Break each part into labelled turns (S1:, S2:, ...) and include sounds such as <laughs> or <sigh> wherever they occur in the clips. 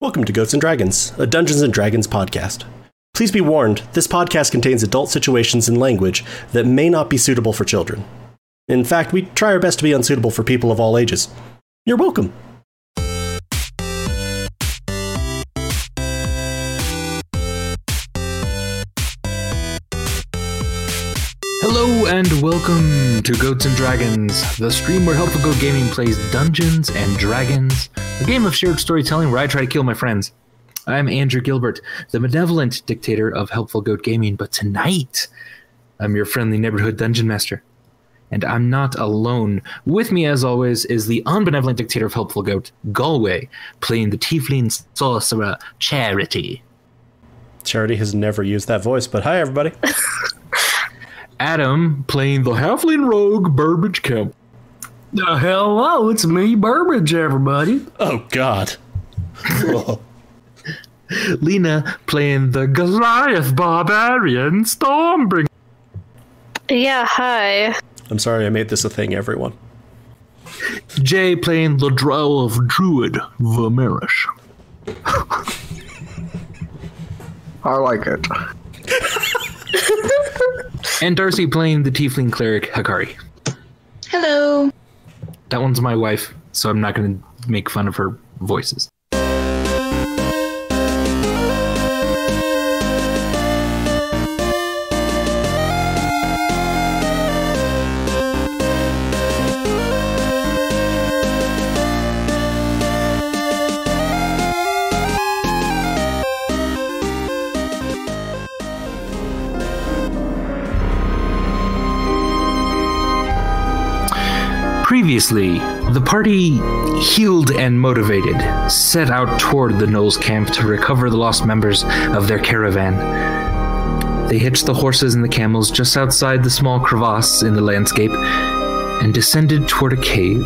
S1: Welcome to Goats and Dragons, a Dungeons and Dragons podcast. Please be warned, this podcast contains adult situations and language that may not be suitable for children. In fact, we try our best to be unsuitable for people of all ages. You're welcome.
S2: Hello and welcome to Goats and Dragons, the stream where Helpful Goat Gaming plays Dungeons and Dragons, a game of shared storytelling where I try to kill my friends. I'm Andrew Gilbert, the benevolent dictator of Helpful Goat Gaming, but tonight I'm your friendly neighborhood dungeon master. And I'm not alone. With me, as always, is the unbenevolent dictator of Helpful Goat, Galway, playing the Tiefling sorcerer Charity.
S1: Charity has never used that voice, but hi, everybody.
S2: Adam playing the halfling rogue Burbage Kemp.
S3: Uh, hello, it's me, Burbage, everybody.
S1: <laughs> Oh, <laughs> God.
S2: Lena playing the Goliath barbarian Stormbringer.
S4: Yeah, hi.
S1: I'm sorry I made this a thing, everyone.
S2: Jay playing the Drelv druid Vamirish.
S5: I like it.
S2: And Darcy playing the tiefling cleric Hakari.
S6: Hello.
S2: That one's my wife, so I'm not going to make fun of her voices. Previously, the party, healed and motivated, set out toward the Knowles camp to recover the lost members of their caravan. They hitched the horses and the camels just outside the small crevasse in the landscape and descended toward a cave.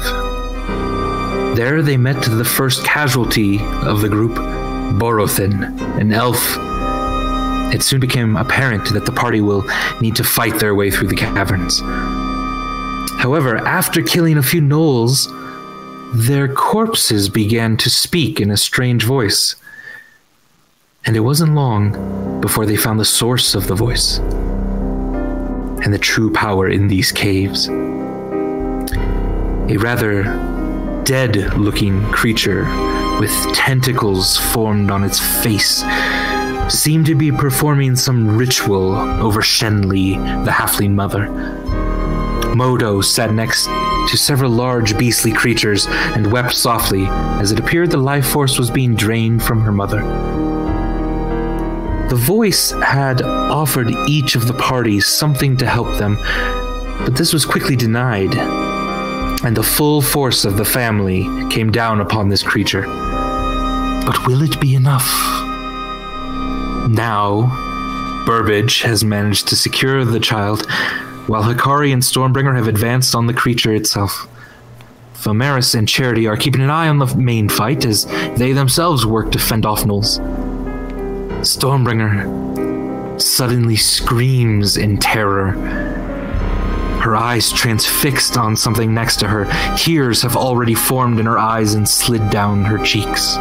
S2: There they met the first casualty of the group, Borothin, an elf. It soon became apparent that the party will need to fight their way through the caverns. However, after killing a few gnolls, their corpses began to speak in a strange voice. And it wasn't long before they found the source of the voice and the true power in these caves. A rather dead looking creature with tentacles formed on its face seemed to be performing some ritual over Shenli, the halfling mother. Modo sat next to several large beastly creatures and wept softly as it appeared the life force was being drained from her mother. The voice had offered each of the parties something to help them, but this was quickly denied, and the full force of the family came down upon this creature. But will it be enough? Now, Burbage has managed to secure the child, while Hikari and Stormbringer have advanced on the creature itself. Fomaris and Charity are keeping an eye on the main fight as they themselves work to fend off gnolls. Stormbringer suddenly screams in terror. Her eyes transfixed on something next to her. Tears have already formed in her eyes and slid down her cheeks.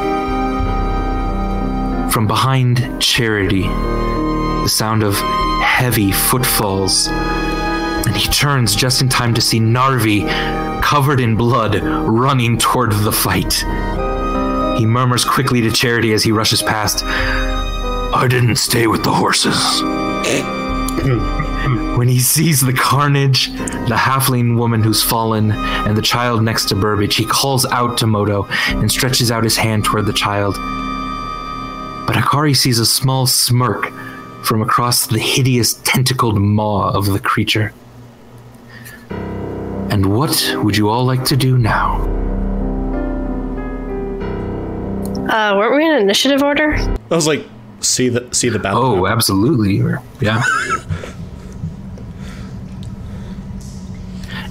S2: From behind Charity, the sound of heavy footfalls and he turns just in time to see Narvi, covered in blood, running toward the fight. He murmurs quickly to Charity as he rushes past, I didn't stay with the horses. when he sees the carnage, the halfling woman who's fallen, and the child next to Burbage, he calls out to Modo and stretches out his hand toward the child. But Akari sees a small smirk from across the hideous tentacled maw of the creature. And what would you all like to do now?
S4: Uh, weren't we in initiative order?
S1: I was like, see the see the battle.
S2: Oh, absolutely. Yeah.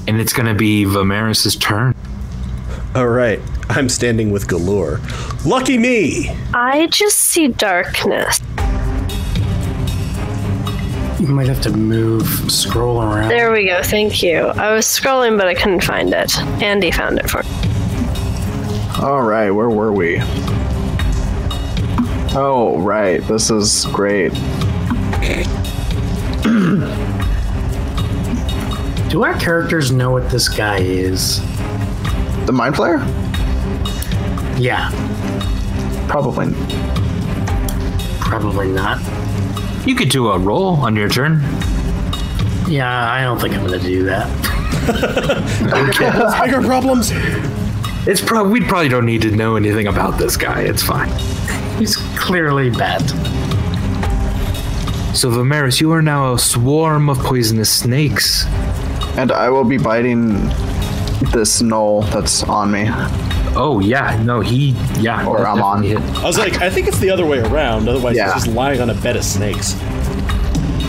S2: and it's going to be Vamaris' turn.
S1: All right, I'm standing with Galore. Lucky me!
S4: I just see darkness.
S3: You might have to move, scroll around.
S4: There we go. Thank you. I was scrolling, but I couldn't find it. Andy found it for me.
S5: All right, where were we? Oh, right. This is great.
S3: Do our characters know what this guy is?
S5: The Mind Flayer?
S3: Yeah,
S5: Probably.
S3: probably not.
S2: You could do a roll on your turn.
S3: Yeah, I don't think I'm gonna do that. <laughs>
S1: Bigger problems.
S2: It's probably we probably don't need to know anything about this guy. It's fine.
S3: He's clearly bad.
S2: So Vimeris, you are now a swarm of poisonous snakes.
S5: And I will be biting this knoll that's on me.
S2: Oh yeah, no, he yeah.
S5: Or
S2: that's
S5: I'm on.
S2: definitely it.
S1: I was like, I think it's the other way around. Otherwise,
S5: Yeah.
S1: he's just lying on a bed of snakes.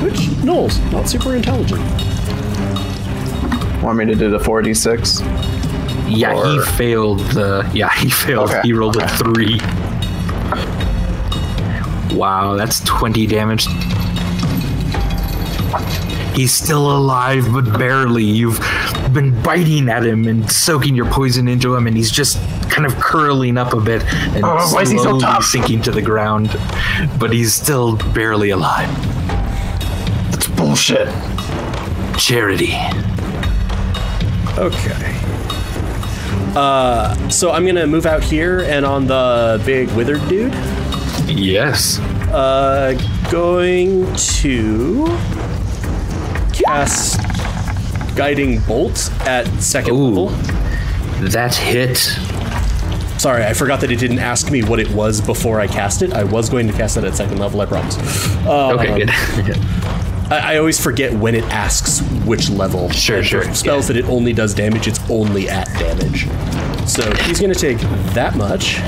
S1: Which Knowles, not super intelligent.
S5: Want me to do the 4d6?
S2: Yeah, he failed the yeah, he failed.
S5: Okay,
S2: He rolled a three. Wow, that's twenty damage. He's still alive, but barely. You've been biting at him and soaking your poison into him, and he's just kind of curling up a bit and
S5: Oh, why
S2: slowly
S5: is he so tough?
S2: sinking to the ground. But he's still barely alive.
S5: That's bullshit.
S2: Charity.
S1: Okay. Uh, so I'm gonna move out here and on the big withered dude.
S2: Yes.
S1: Uh, going to cast guiding bolt at second
S2: Ooh.
S1: level.
S2: That hit.
S1: Sorry, I forgot that it didn't ask me what it was before I cast it. I was going to cast it at second level, I promise. Um,
S2: Okay, good.
S1: I, I always forget when it asks which level.
S2: Sure,
S1: And
S2: sure,
S1: for Spells that it only does damage, it's only at damage. So he's going to take that much,
S2: <laughs>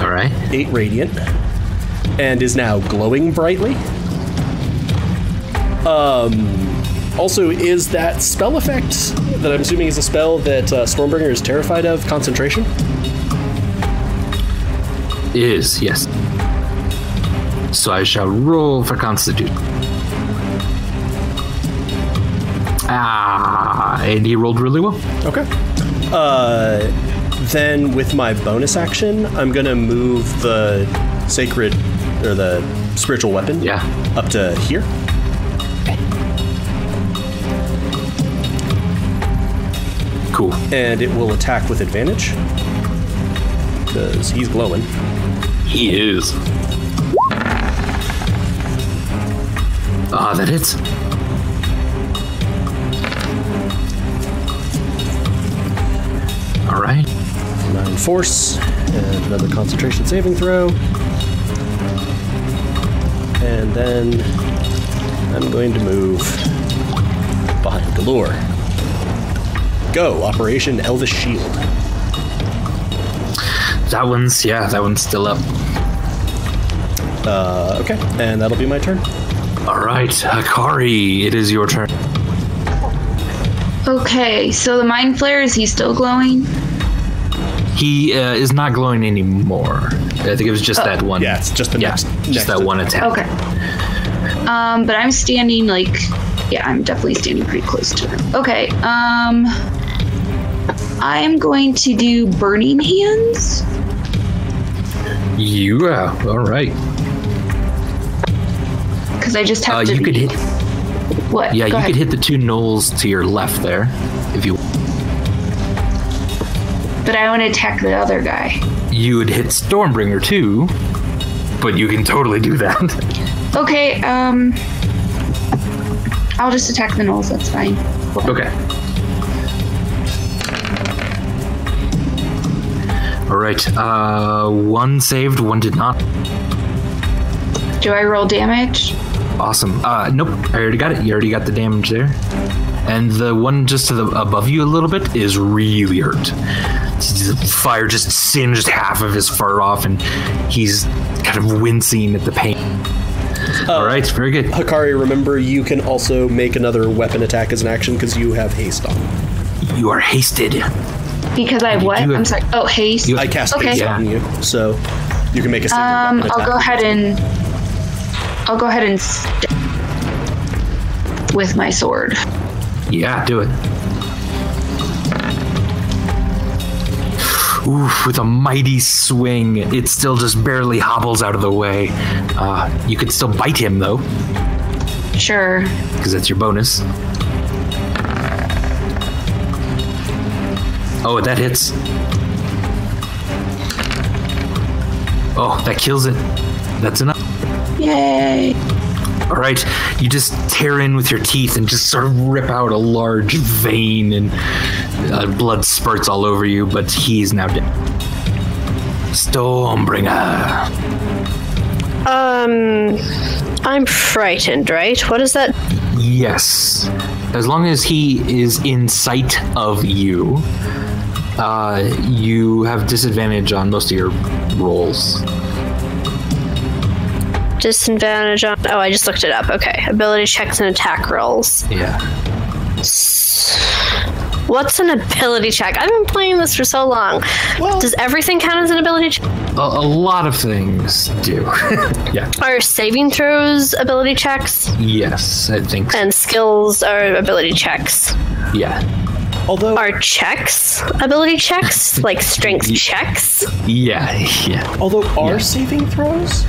S2: All right.
S1: 8 radiant, and is now glowing brightly. Um, also, is that spell effect that I'm assuming is a spell that uh, Stormbringer is terrified of concentration?
S2: Is, yes. So I shall roll for Constitute. Ah, and he rolled really well.
S1: Okay. Uh, then with my bonus action, I'm gonna move the sacred or the spiritual weapon
S2: Yeah.
S1: up to here.
S2: Cool.
S1: And it will attack with advantage. Because he's glowing.
S2: He is. Ah, that hits. All right.
S1: Nine force. And another concentration saving throw. And then I'm going to move behind Galore. Go, Operation Elvish Shield.
S2: That one's, yeah, that one's still up.
S1: Uh, okay, and that'll be my turn.
S2: All right, Akari, it is your turn.
S6: Okay, so the mind flare is he still glowing?
S2: He uh, is not glowing anymore. I think it was just that one.
S1: Yeah, it's just the
S2: Yeah,
S1: next. next
S2: just that one attack.
S6: Okay. Um, but I'm standing like, yeah, I'm definitely standing pretty close to him. Okay. Um, I'm going to do burning hands.
S2: Yeah. All right.
S6: because I just have
S2: Uh,
S6: to.
S2: you could hit.
S6: What?
S2: Yeah,
S6: Go
S2: you
S6: ahead.
S2: could hit the two knolls to your left there, if you.
S6: But I want to attack the other guy.
S2: You would hit Stormbringer too, but you can totally do that. <laughs>
S6: Okay. Um, I'll just attack the gnolls. That's fine.
S2: okay. All right. Uh, one saved, one did not.
S6: Do I roll damage?
S2: Awesome. Uh, nope. I already got it. You already got the damage there. And the one just to the above you a little bit is really hurt. The fire just singed half of his fur off, and he's kind of wincing at the pain. All right, very good.
S1: Hakari, remember you can also make another weapon attack as an action because you have haste on.
S2: You are hasted.
S6: Because I have what?
S2: do
S6: I'm
S2: have-
S6: sorry. Oh, haste.
S2: you-
S1: I cast
S6: Okay.
S1: haste
S2: Yeah.
S1: on you, so you can make a single
S6: um,
S1: weapon
S6: I'll
S1: attack.
S6: go ahead and I'll go ahead and st- with my sword.
S2: Yeah, do it. Oof, with a mighty swing, it still just barely hobbles out of the way. Uh, you could still bite him, though,
S6: Sure.
S2: because that's your bonus. Oh, that hits. Oh, that kills it. That's enough.
S6: Yay.
S2: All right, you just tear in with your teeth and just sort of rip out a large vein, and uh, blood spurts all over you. But he's now dead. Stormbringer.
S4: Um, I'm frightened, right? What is that?
S2: Yes, as long as he is in sight of you, uh, you have disadvantage on most of your rolls.
S4: Disadvantage on. Oh, I just looked it up. Okay. Ability checks and attack rolls.
S2: Yeah.
S4: What's an ability check? I've been playing this for so long. Does everything count as an ability check?
S2: A, a lot of things do. <laughs> yeah.
S4: Are saving throws ability checks?
S2: Yes, I think. So.
S4: And skills are ability checks.
S2: Yeah.
S1: Although,
S4: Are checks ability checks? Like strength checks?
S2: Yeah. Yeah.
S1: although are
S2: Yeah.
S1: saving throws?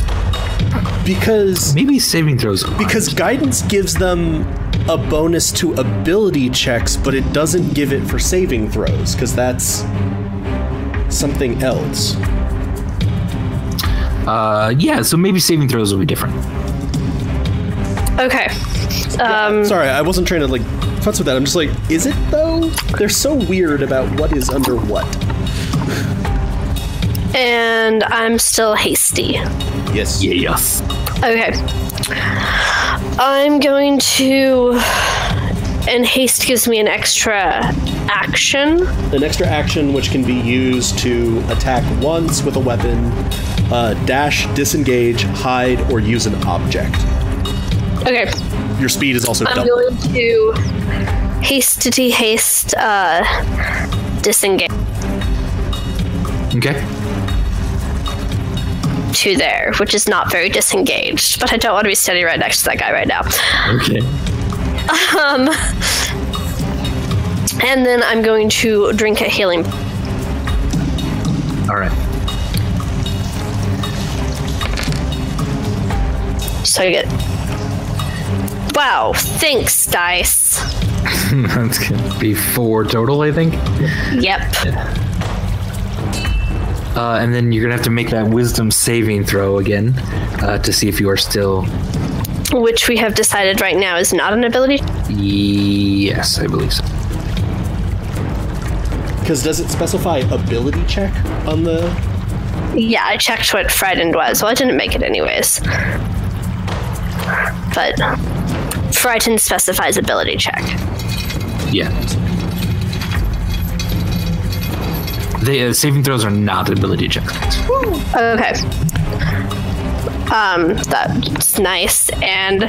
S1: Because
S2: Maybe saving throws. aren't.
S1: because guidance gives them a bonus to ability checks, but it doesn't give it for saving throws because that's something else.
S2: Uh, yeah, so maybe saving throws will be different.
S4: Okay. Um,
S1: Sorry, I wasn't trying to like futz with that. I'm just like, is it though? They're so weird about what is under what.
S4: and I'm still hasty.
S1: Yes.
S2: Yes.
S4: Okay. I'm going to. And haste gives me an extra action.
S1: An extra action which can be used to attack once with a weapon, uh, dash, disengage, hide, or use an object.
S4: Okay.
S1: Your speed is also
S4: I'm
S1: doubled.
S4: going to hastity haste uh, disengage
S2: Okay.
S4: to there, which is not very disengaged. But I don't want to be standing right next to that guy right now.
S2: Okay.
S4: Um, And then I'm going to drink a healing.
S2: All right. <laughs>
S4: So I get. Wow! Thanks, dice.
S2: That's gonna be four total, I think.
S4: Yep.
S2: Uh, and then you're gonna have to make that wisdom saving throw again uh, to see if you are still.
S4: Which we have decided right now is not an ability.
S2: Yes, I believe so.
S1: Because does it specify ability check on the?
S4: Yeah, I checked what frightened was. Well, I didn't make it anyways. But frightened specifies ability check.
S2: Yeah. The uh, saving throws are not ability checks.
S4: Okay. Um, that's nice. And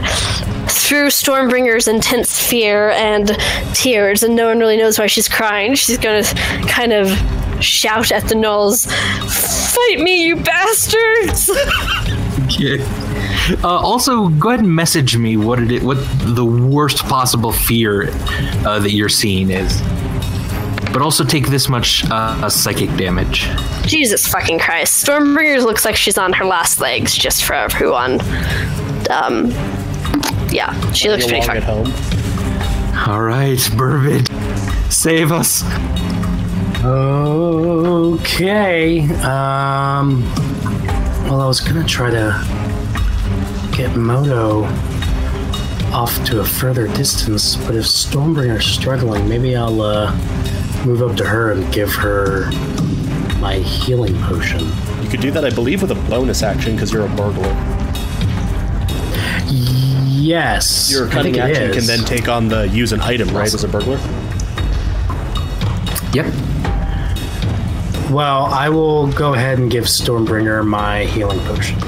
S4: through Stormbringer's intense fear and tears, and no one really knows why she's crying, she's gonna kind of shout at the gnolls, "Fight me, you bastards!" <laughs>
S2: Uh, also, go ahead and message me what it what the worst possible fear uh, that you're seeing is. But also take this much uh, uh, psychic damage.
S4: Jesus fucking Christ. Stormbringer looks like she's on her last legs, just for everyone. Um, yeah, she looks pretty
S1: Along at
S4: fucking.
S1: home.
S2: All right, Burbage, save us.
S3: Okay. Um. Well, I was gonna try to get Moto off to a further distance, but if Stormbringer's struggling, maybe I'll uh, move up to her and give her my healing potion.
S1: You could do that, I believe, with a bonus action because you're a burglar.
S3: Yes.
S1: Your
S3: I
S1: cunning
S3: think it
S1: action can
S3: is.
S1: then take on the use an item, right? As a burglar.
S2: Yep.
S3: Well, I will go ahead and give Stormbringer my healing potion.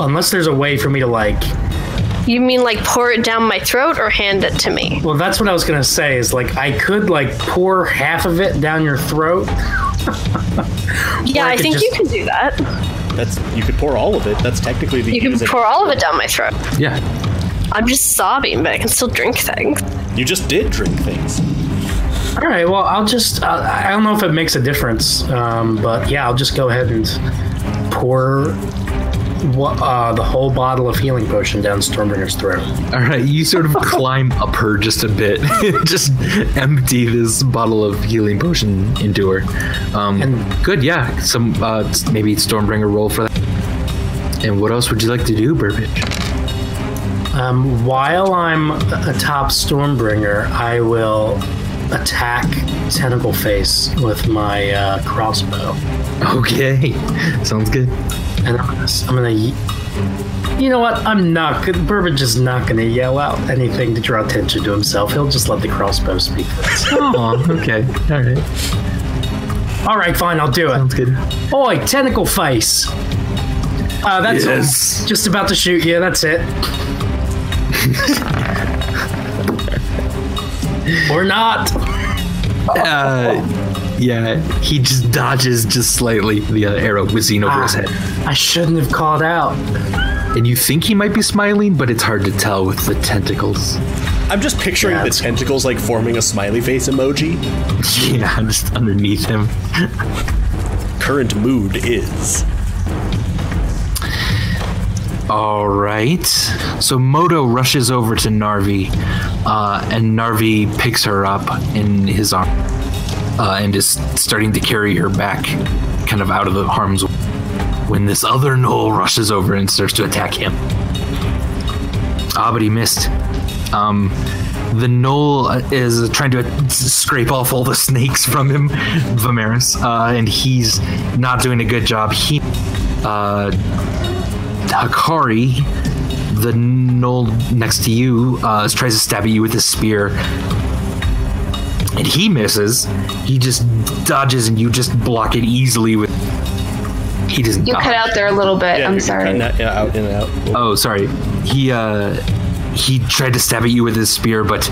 S3: Unless there's a way for me to like.
S4: You mean like pour it down my throat or hand it to me?
S3: Well, that's what I was gonna say. Is like I could like pour half of it down your throat.
S4: Yeah,
S3: I
S4: I
S3: could
S4: think you
S3: just-
S4: can do that.
S1: That's you could pour all of it. That's technically the
S4: You can
S1: use it-
S4: pour all of it down my throat.
S2: Yeah.
S4: I'm just sobbing, but I can still drink things.
S1: You just did drink things.
S3: All right. Well, I'll just. Uh, I don't know if it makes a difference, um, but yeah, I'll just go ahead and pour wha- uh, the whole bottle of healing potion down Stormbringer's throat.
S2: All right, you sort of climb up her just a bit, <laughs> just empty this bottle of healing potion into her. Um, and good, yeah. Some uh, s- maybe Stormbringer roll for that. And what else would you like to do, Burbage? <laughs>
S3: Um, while I'm atop Stormbringer, I will attack Tentacle Face with my uh, crossbow.
S2: Okay, sounds good.
S3: And I'm gonna, I'm gonna. ye- You know what? I'm not. good- Burbage is not gonna yell out anything to draw attention to himself. He'll just let the crossbow speak for itself.
S2: Oh, okay, all right,
S3: All right, fine. I'll do it.
S2: sounds good.
S3: Oi, tentacle face. Uh, that's all.
S2: Yes.
S3: just about to shoot you. That's it. or not.
S2: Uh, yeah, he just dodges just slightly, the uh, arrow whizzing over his head.
S3: Ah, I shouldn't have called out.
S2: And you think he might be smiling, but it's hard to tell with the tentacles.
S1: I'm just picturing the
S3: That's-
S1: tentacles like forming a smiley face emoji.
S2: Yeah, just underneath him.
S1: Current mood is.
S2: All right. So Moto rushes over to Narvi, uh, and Narvi picks her up in his arm uh, and is starting to carry her back, kind of out of the harm's way, when this other Knoll rushes over and starts to attack him. Ah, but he missed. Um, the knoll uh, is trying to uh, s- scrape off all the <laughs> snakes from him, Vimeris, uh, and he's not doing a good job. He uh, Hakari, the knoll next to you, uh, tries to stab at you with his spear. And he misses. He just dodges, and you just block it easily with. He doesn't.
S6: You
S2: dodge.
S6: cut out there a little bit. I'm sorry.
S1: In, out, out, in, out.
S2: Oh, sorry. He uh, he tried to stab at you with his spear, but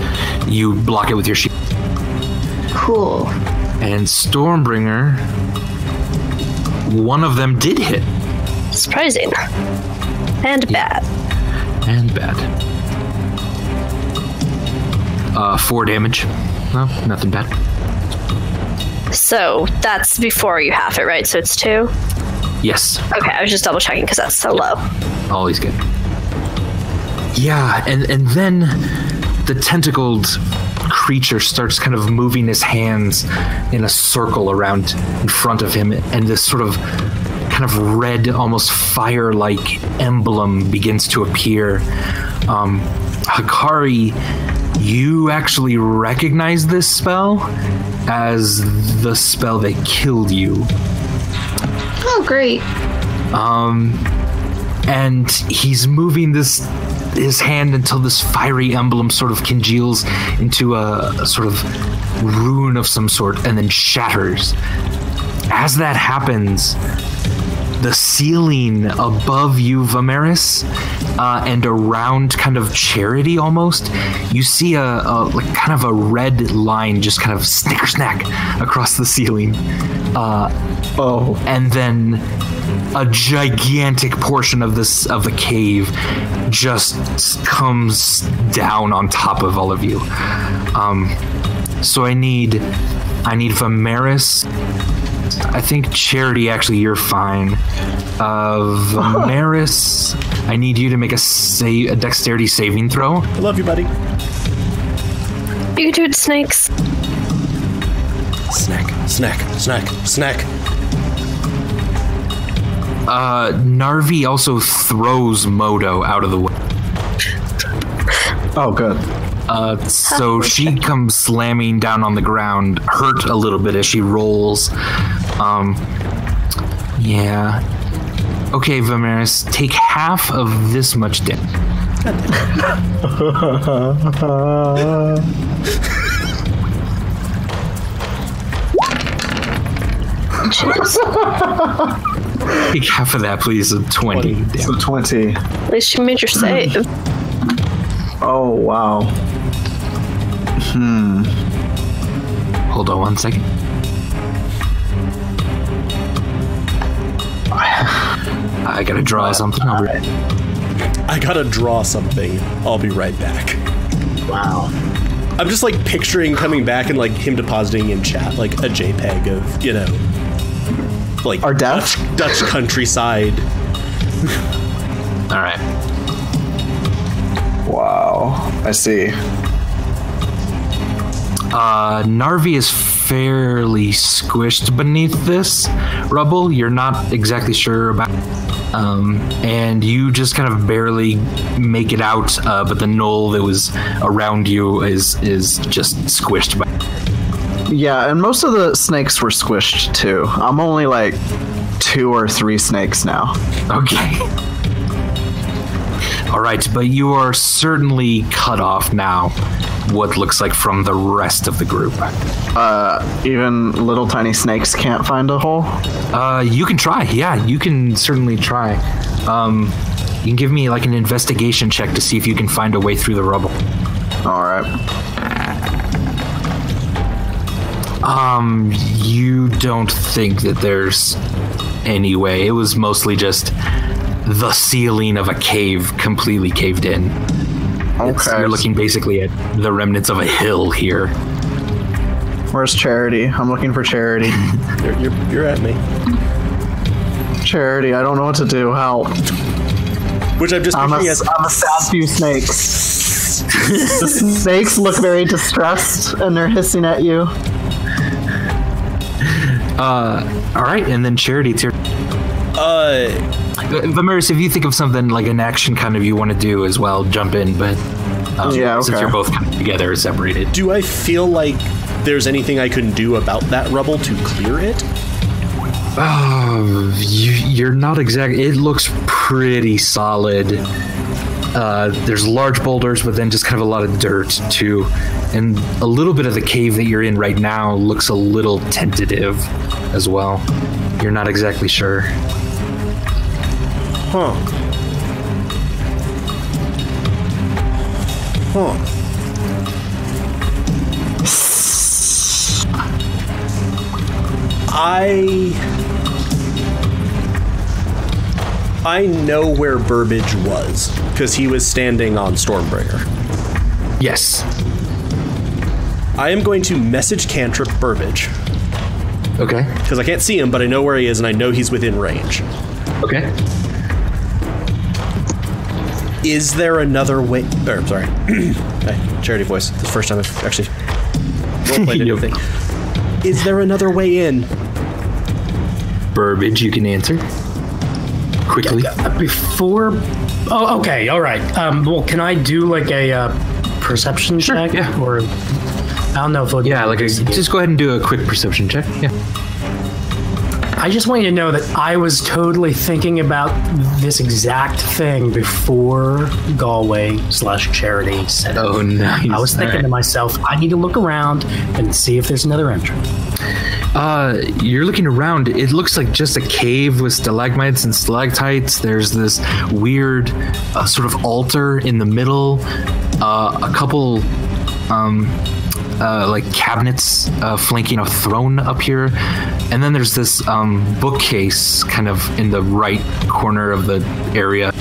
S2: you block it with your shield.
S6: Cool.
S2: And Stormbringer, one of them did hit,
S4: Surprising. And bad.
S2: and bad. Uh, four damage. No, nothing bad.
S4: So that's before you have it, right? So it's two?
S2: Yes,
S4: Okay, I was just double checking because that's so low.
S2: always good. Yeah, and and then the tentacled creature starts kind of moving his hands in a circle around in front of him, and this sort of kind of red, almost fire-like emblem begins to appear. Um, Hakari, you actually recognize this spell as the spell that killed you
S6: Oh, great.
S2: and he's moving this his hand until this fiery emblem sort of congeals into a, a sort of rune of some sort and then shatters. As that happens, the ceiling above you, Vimeris, uh, and around kind of charity almost, you see a, a like kind of a red line just kind of snicker snack across the ceiling. Uh, oh, and then a gigantic portion of this of the cave just comes down on top of all of you. Um, so I need, I need Vimeris. I think Charity. Actually, you're fine. Uh, Vimeris, I need you to make a save, a dexterity saving throw.
S1: I love you, buddy.
S4: You can do it, snakes.
S1: Snack, snack, snack, snack.
S2: Uh, Narvi also throws Modo out of the way.
S5: Oh, good.
S2: Uh, so she comes slamming down on the ground, hurt a little bit as she rolls. Um, yeah. Okay, Vimeris, take half of this much damage. Take half of that, please. Of Twenty.
S1: Twenty.
S2: damage.
S5: So 20.
S4: At least you made your save.
S5: Oh, wow.
S2: Hold on one second. I gotta draw something. I'll be-
S1: I gotta draw something. I'll be right back.
S3: Wow.
S1: I'm just like picturing coming back and like him depositing in chat like a JPEG of you know, like
S5: Our
S1: Dutch
S5: death?
S1: Dutch countryside.
S7: All right.
S5: Wow. I see.
S2: Uh, Narvi is fairly squished beneath this rubble. You're not exactly sure about. Um, and you just kind of barely make it out, uh, but the knoll that was around you is is just squished by.
S5: Yeah, and most of the snakes were squished too. I'm only like two or three snakes now.
S2: Okay. All right, but you are certainly cut off now. What looks like from the rest of the group.
S5: Even little tiny snakes can't find a hole.
S2: Uh, you can try. Yeah, you can certainly try. Um, you can give me like an investigation check to see if you can find a way through the rubble.
S5: All right.
S2: Um, you don't think that there's any way. It was mostly just the ceiling of a cave completely caved in. It's-
S5: Okay.
S2: You're looking basically at the remnants of a hill here.
S5: Where's Charity? I'm looking for Charity.
S1: You're, you're, you're at me,
S5: Charity, I don't know what to do. Help.
S1: which I'm just
S5: I'm a,
S1: picturing as
S5: I'm a sad few snakes. the snakes look very distressed and they're hissing at you.
S2: All right, and then Charity, it's your
S1: uh,
S2: Vamaris, if you think of something like an action kind of you want to do as well, jump in. But um,
S5: Yeah,
S2: since
S5: okay.
S2: you're both kind of together, separated.
S1: do I feel like there's anything I can do about that rubble to clear it?
S2: Oh, you, you're not exact. It looks pretty solid. Uh, there's large boulders, but then just kind of a lot of dirt too, and a little bit of the cave that you're in right now looks a little tentative as well. You're not exactly sure.
S1: Huh. Huh. I. I know where Burbage was because he was standing on Stormbringer.
S2: Yes.
S1: I am going to message Cantrip Burbage
S2: Okay.
S1: because I can't see him, but I know where he is and I know he's within range.
S2: Okay.
S1: Is there another way? Or, I'm sorry. <clears throat> Hey, Charity voice. The first time I've actually roleplayed
S2: Yep.
S1: anything. Is there another way in?
S2: Burbage, you can answer quickly.
S3: Uh, Before. Oh, okay. All right. Um, well, can I do like a uh, perception check?
S2: yeah.
S3: Or I don't know if it'll
S2: Yeah, like a, just go ahead and do a quick perception check. Yeah.
S3: I just want you to know that I was totally thinking about this exact thing before Galway slash Charity said. it.
S2: Oh, nice.
S3: I was thinking
S2: Alright.
S3: to myself, I need to look around and see if there's another entrance.
S2: Uh, you're looking around. It looks like just a cave with stalagmites and stalactites. There's this weird uh, sort of altar in the middle. Uh, a couple, um, uh, like cabinets uh, flanking a throne up here, and then there's this um, bookcase kind of in the right corner of the area,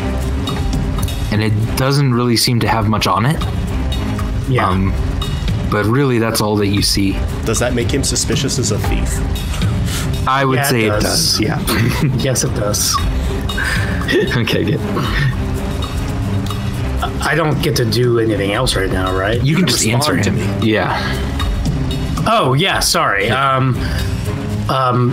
S2: and it doesn't really seem to have much on it.
S3: Yeah.
S2: Um, but really, that's all that you see.
S1: Does that make him suspicious as a thief?
S2: I would
S3: Yeah, it
S2: say
S3: does.
S2: it does. Yeah.
S3: <laughs> yes, it does.
S2: <laughs> okay, good.
S3: I don't get to do anything else right now, right?
S2: You can just answer
S1: respond
S2: him.
S1: to
S2: Yeah.
S3: Oh yeah, sorry. Um, um,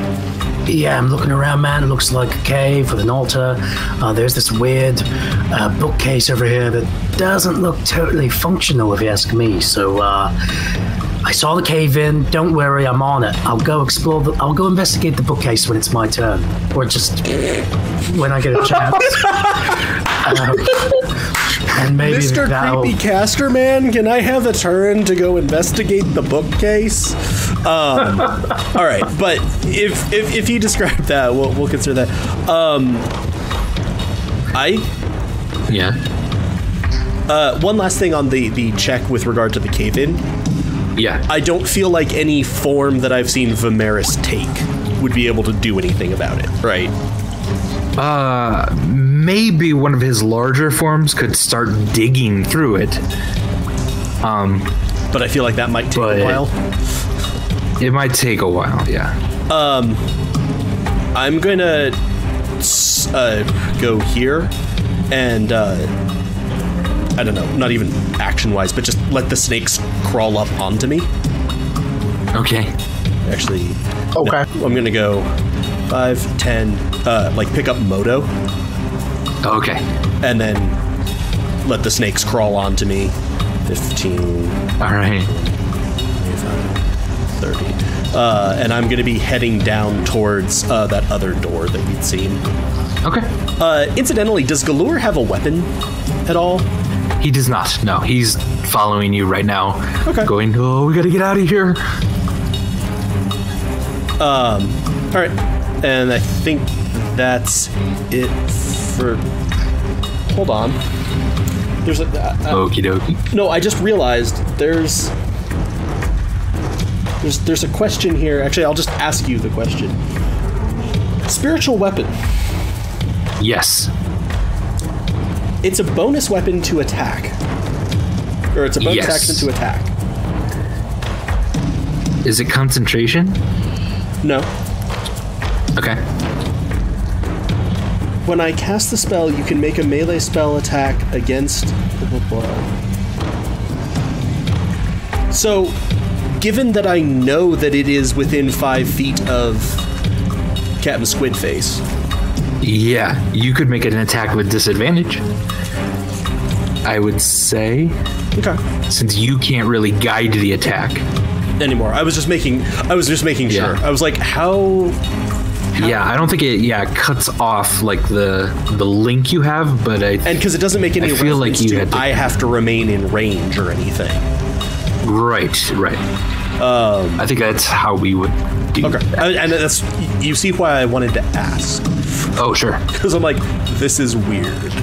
S3: yeah, I'm looking around, man. It looks like a cave with an altar. Uh, there's this weird uh, bookcase over here that doesn't look totally functional, if you ask me. So uh, I saw the cave in. Don't worry, I'm on it. I'll go explore. The, I'll go investigate the bookcase when it's my turn, or just when I get a chance. um, and maybe
S1: Mr.
S3: that'll.
S1: Creepy Caster Man, can I have a turn to go investigate the bookcase? Um, all right, but if, if if he described that, we'll, we'll consider that. Um, I
S2: Yeah.
S1: uh, one last thing on the the check with regard to the cave in.
S2: Yeah.
S1: I don't feel like any form that I've seen Vimeris take would be able to do anything about it, right?
S2: Uh, maybe one of his larger forms could start digging through it. Um,
S1: but I feel like that might take
S2: But-
S1: a while.
S2: It might take a while, yeah.
S1: I'm gonna s- uh, go here and uh, I don't know, not even action wise, but just let the snakes crawl up onto me.
S2: Okay.
S1: Actually, no,
S5: Okay.
S1: I'm gonna go 5, 10, uh, like pick up Moto
S2: Okay.
S1: and then let the snakes crawl onto me. 15,
S2: All right.
S1: 30. Uh, and I'm gonna be heading down towards uh, that other door that we'd seen.
S2: Okay.
S1: Uh, incidentally, does Galore have a weapon at all?
S2: He does not. No, he's following you right now.
S1: Okay.
S2: Going, oh, we gotta get out of here.
S1: All right, and I think that's it for. Hold on. There's a uh,
S2: Okie dokie.
S1: no. I just realized there's there's there's a question here. Actually, I'll just ask you the question. Spiritual weapon.
S2: Yes.
S1: It's a bonus weapon to attack, or it's a bonus
S2: Yes.
S1: action to attack.
S2: Is it concentration?
S1: No.
S2: Okay.
S1: When I cast the spell, you can make a melee spell attack against. Blah, blah, blah. So, given that I know that it is within five feet of Captain Squid Face,
S2: Yeah, you could make it an attack with disadvantage. I would say,
S1: okay,
S2: since you can't really guide the attack.
S1: anymore. I was just making. I was just making
S2: Yeah.
S1: sure. I was like, how?
S2: Yeah, I don't think it. Yeah, it cuts off like the the link you have, but I
S1: And because it doesn't make any
S2: I feel like
S1: reference
S2: you
S1: to
S2: had to-
S1: I have to remain in range or anything.
S2: right, right. Um, I think that's how we would do.
S1: Okay,
S2: that.
S1: I- and that's you see why I wanted to ask
S2: Oh, sure.
S1: because I'm like, this is weird.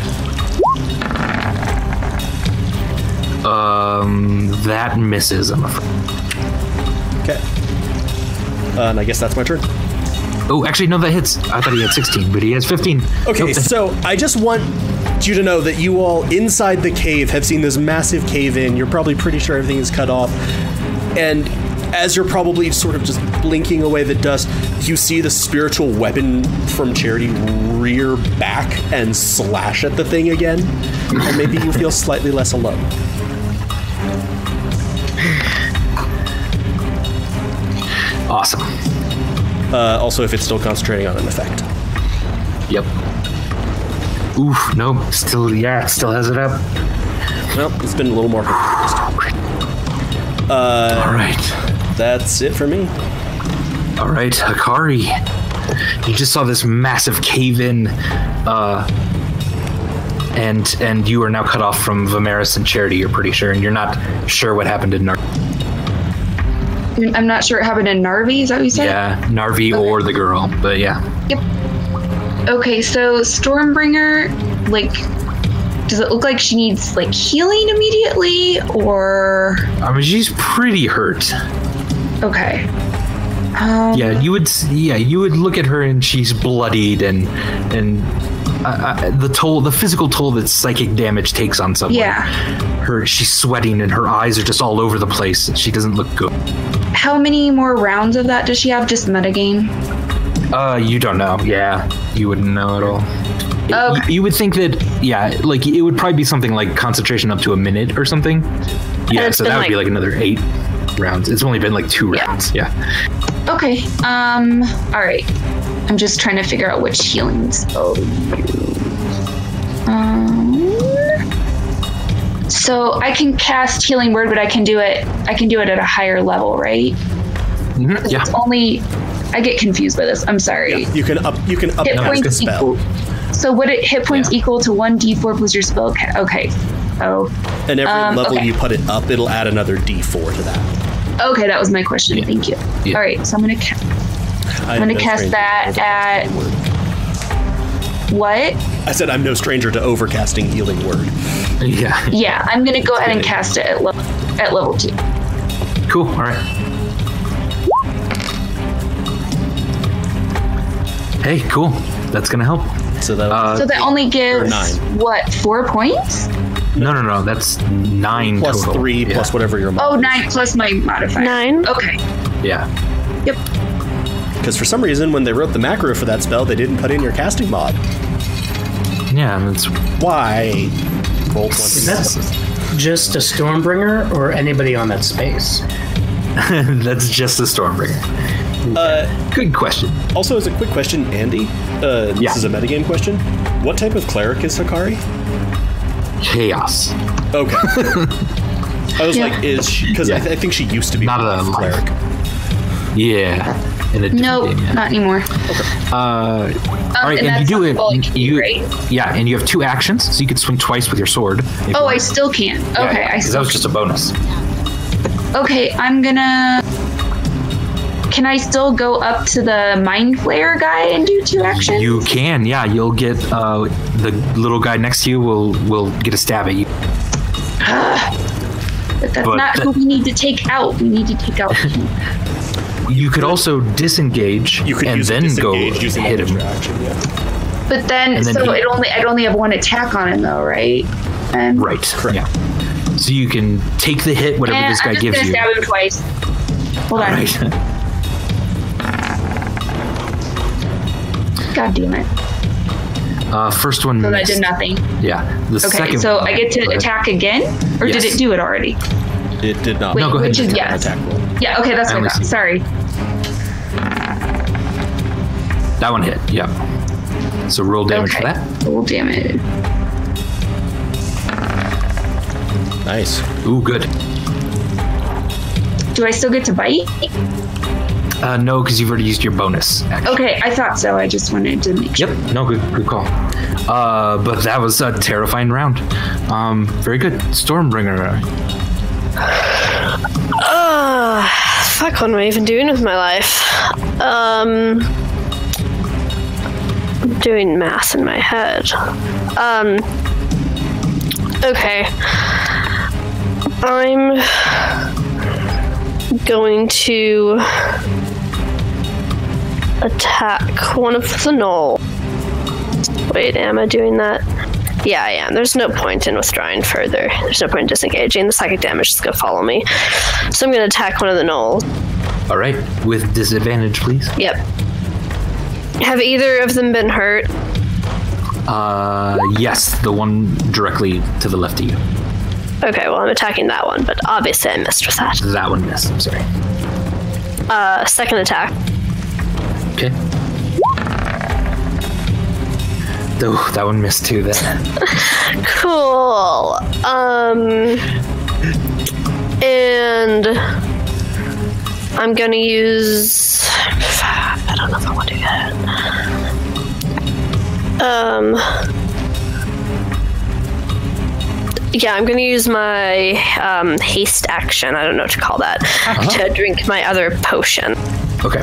S2: Um, that misses. I'm afraid.
S1: Okay. Uh, and I guess that's my turn.
S2: Oh, actually, no, that hits. I thought he had 16, but he has 15.
S1: Okay,
S2: Nope, that-
S1: so I just want you to know that you all inside the cave have seen this massive cave in. You're probably pretty sure everything is cut off. And as you're probably sort of just blinking away the dust, you see the spiritual weapon from Charity rear back and slash at the thing again. And maybe you feel slightly less alone.
S2: awesome.
S1: Uh, also, if it's still concentrating on an effect.
S2: Yep. Oof. Nope. Still, yeah, it still has it up.
S1: Well, it's been a little more.
S2: All right.
S1: That's it for me.
S2: All right, Hakari. You just saw this massive cave-in, uh, and and you are now cut off from Vimeris and Charity. You're pretty sure, and you're not sure what happened to Nar.
S6: Mm, I'm not sure it happened in Narvi. Is that what you said?
S2: Yeah, Narvi or the girl, but yeah.
S6: Okay, so Stormbringer, like, does it look like she needs like healing immediately, or
S2: I mean, she's pretty hurt.
S6: okay? Um,
S2: Yeah, you would. s- Yeah, you would look at her, and she's bloodied, and and uh, uh, the toll, the physical toll that psychic damage takes on someone.
S6: yeah.
S2: her. She's sweating, and her eyes are just all over the place. She doesn't look good.
S6: How many more rounds of that does she have? Just metagame.
S2: Uh, you don't know. Yeah, you wouldn't know at all.
S6: Okay.
S2: You, you would think that, yeah, like it would probably be something like concentration up to a minute or something. Yeah,
S4: it's
S2: so
S4: been,
S2: that would be
S4: like-
S2: like another eight rounds. It's only been like two rounds. Yeah.
S6: Okay. Um. All right. I'm just trying to figure out which healing spell. to use. Um. So I can cast healing word, but I can do it. I can do it at a higher level, right?
S2: Mhm, Yeah.
S6: It's only. I get confused by this. I'm sorry.
S1: You can up. You can up
S6: Hit
S1: the
S6: points
S1: spell.
S6: equal. So would it hit points equal to one d4 plus your spell? Ca- okay. Oh.
S1: And every
S6: Um,
S1: level
S6: okay.
S1: you put it up, it'll add another D4 to that.
S6: Okay, that was my question. Thank you.
S2: Yeah.
S6: All right. So I'm gonna. Ca-
S1: I'm,
S6: gonna cast that at- what?
S1: I said I'm no stranger to overcasting healing word.
S2: Yeah. <laughs>
S6: Yeah, I'm gonna go ahead and cast it at level at level two.
S2: Cool. All right. Hey, cool. That's gonna help.
S1: So that
S2: Uh,
S6: So that only gives
S1: nine.
S6: what four points?
S2: No, no, no. That's nine
S1: Plus
S2: total.
S1: three,
S2: yeah.
S1: plus whatever your
S6: Oh,
S1: mod.
S6: nine plus my modifier.
S4: Nine?
S6: Okay.
S2: Yeah.
S6: Yep.
S1: Because for some reason, when they wrote the macro for that spell, they didn't put in your casting mod.
S2: Yeah, that's <laughs>
S1: Why? Roll 20.
S3: That's just a Stormbringer or anybody on that space?
S2: that's just a Stormbringer. Uh, Good question.
S1: Also, as a quick question, Andy, uh, this
S2: Yeah.
S1: is a metagame question. What type of cleric is Hikari?
S2: Chaos.
S1: Okay. I was
S6: Yeah.
S1: like, is she? Because I,
S2: Yeah.
S1: th- I think she used to be
S2: Not
S1: a
S2: a life.
S1: cleric.
S2: Yeah. In a different
S6: No,
S2: game, yeah.
S6: not anymore. Um,
S2: Uh, all right,
S6: and
S2: and,
S6: that's
S2: you do
S6: not
S2: it.
S6: bulky,
S2: you,
S6: right?
S2: Yeah, and you have two actions, so you could swing twice with your sword. if you
S6: Oh, I
S2: want.
S6: still can't. Okay,
S2: Yeah, yeah,
S6: I
S2: 'cause that
S6: still.
S2: was just a bonus.
S6: Okay, I'm gonna. Can I still go up to the mind flare guy and do two actions?
S2: You can, yeah. You'll get uh, the little guy next to you will will get a stab at you.
S6: but that's
S2: but
S6: not
S2: that-
S6: who we need to take out. We need to take
S2: <laughs>
S6: out.
S2: You could also disengage
S1: You could
S2: and
S1: use
S2: then go
S1: disengage using
S2: hit
S1: ultra
S2: him.
S1: action. Yeah.
S6: but then,
S2: And then
S6: so
S2: he-
S6: it only I'd only have one attack on him though, right? And,
S2: Right. Yeah. So you can take the hit whatever
S6: And
S2: this guy
S6: I'm just
S2: gives
S6: gonna
S2: you.
S6: stab him twice. Hold on.
S2: Right. <laughs>
S6: God damn it!
S2: Uh, first one
S6: So that
S2: missed.
S6: did nothing.
S2: Yeah. The
S6: Okay,
S2: second.
S6: so
S2: one-
S6: I get to attack again, or did
S2: Yes.
S6: it do it already?
S1: It did not.
S6: Wait,
S2: No, go ahead
S6: which
S2: and
S6: is
S2: attack.
S6: yes.
S1: Attack roll.
S6: Yeah. Okay, that's
S2: I
S6: what I
S2: only see-
S6: got. Sorry.
S2: That one hit. Yeah. So roll damage
S6: okay. Oh,
S2: for that.
S6: Roll damage.
S1: Nice.
S2: Ooh, good.
S6: Do I still get to bite?
S2: Uh, no, because you've already used your bonus. Action.
S6: Okay, I thought so. I just wanted to make
S2: <laughs>
S6: sure.
S2: Yep. No, good, good call. Uh, but that was a terrifying round. Um, very good. Stormbringer.
S4: Ugh, Ah, fuck, what am I even doing with my life? Um, I'm doing math in my head. Um, okay. I'm going to attack one of the knoll. Wait, am I doing that? Yeah, I am. There's no point in withdrawing further. There's no point in disengaging. The psychic damage is gonna follow me. So I'm gonna attack one of the gnolls.
S2: All right. With disadvantage, please.
S4: Yep. Have either of them been hurt?
S2: Uh, yes, the one directly to the left of you.
S4: Okay, well I'm attacking that one, but obviously I missed with that.
S2: That one missed. I'm sorry.
S4: Uh, second attack.
S2: Okay. Oh, that one missed too. Then.
S4: Cool. Um, and I'm gonna use. I don't know if I want to do that. Um. Yeah, I'm gonna use my um, haste action. I don't know what to call that to drink my other potion.
S2: Okay.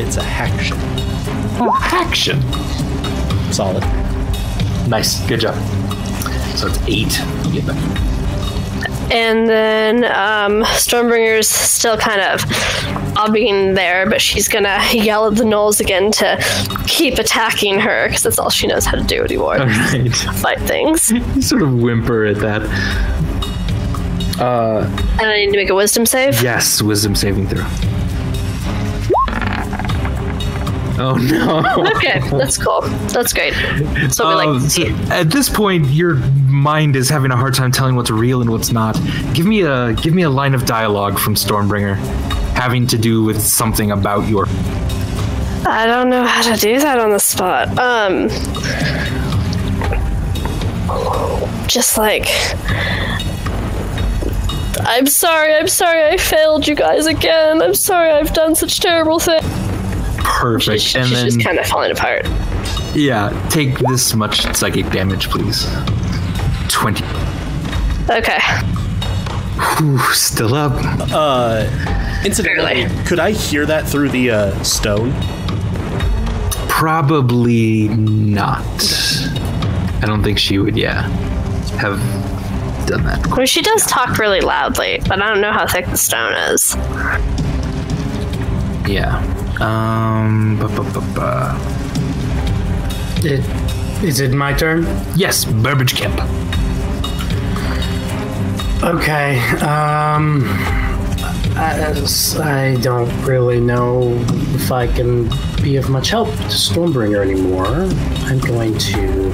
S1: It's a haction.
S2: Action.
S1: Solid.
S2: Nice. Good job. So it's eight. You get back.
S4: And then um, Stormbringer's still kind of obbying there, but she's gonna yell at the gnolls again to keep attacking her because that's all she knows how to
S2: <laughs>
S4: do anymore.
S2: right.
S4: Fight things. And
S2: You sort of whimper at that.
S4: I need to make a wisdom save.
S2: Yes, wisdom saving throw. Oh no.
S4: Okay, that's cool. That's great. So we
S2: Um,
S4: like
S2: so
S4: to see.
S2: at this point, your mind is having a hard time telling what's real and what's not. Give me a give me a line of dialogue from Stormbringer, having to do with something about your.
S4: I don't know how to do that on the spot. Um, just like, I'm sorry, I'm sorry, I failed you guys again. I'm sorry, I've done such terrible things.
S2: Perfect.
S4: She's,
S2: and
S4: she's
S2: then
S4: just kind of falling apart.
S2: yeah, take this much psychic damage, please. Twenty.
S4: Okay.
S2: Ooh, still up.
S1: Uh, Incidentally,
S4: Barely.
S1: could I hear that through the uh, stone? <laughs>
S2: Probably not. I don't think she would. Yeah, have done that.
S4: Well, she does talk really loudly, but I don't know how thick the stone is.
S2: Yeah. Um. bu- bu- bu- bu.
S3: It Is it my turn?
S2: Yes, Burbage Kemp.
S3: Okay. Um, I, I don't really know if I can be of much help to Stormbringer anymore. I'm going to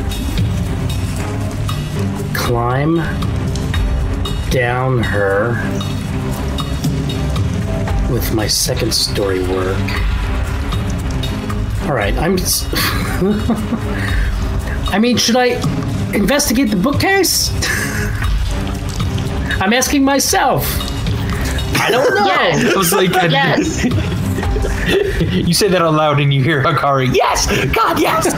S3: climb down her with my second story work. All right, I'm. s- <laughs> I mean, should I investigate the bookcase? I'm asking myself. I don't know.
S6: Yes.
S2: I was like,
S6: Yes.
S2: <laughs> you say that out loud and you hear Hakari. Yes, God, yes.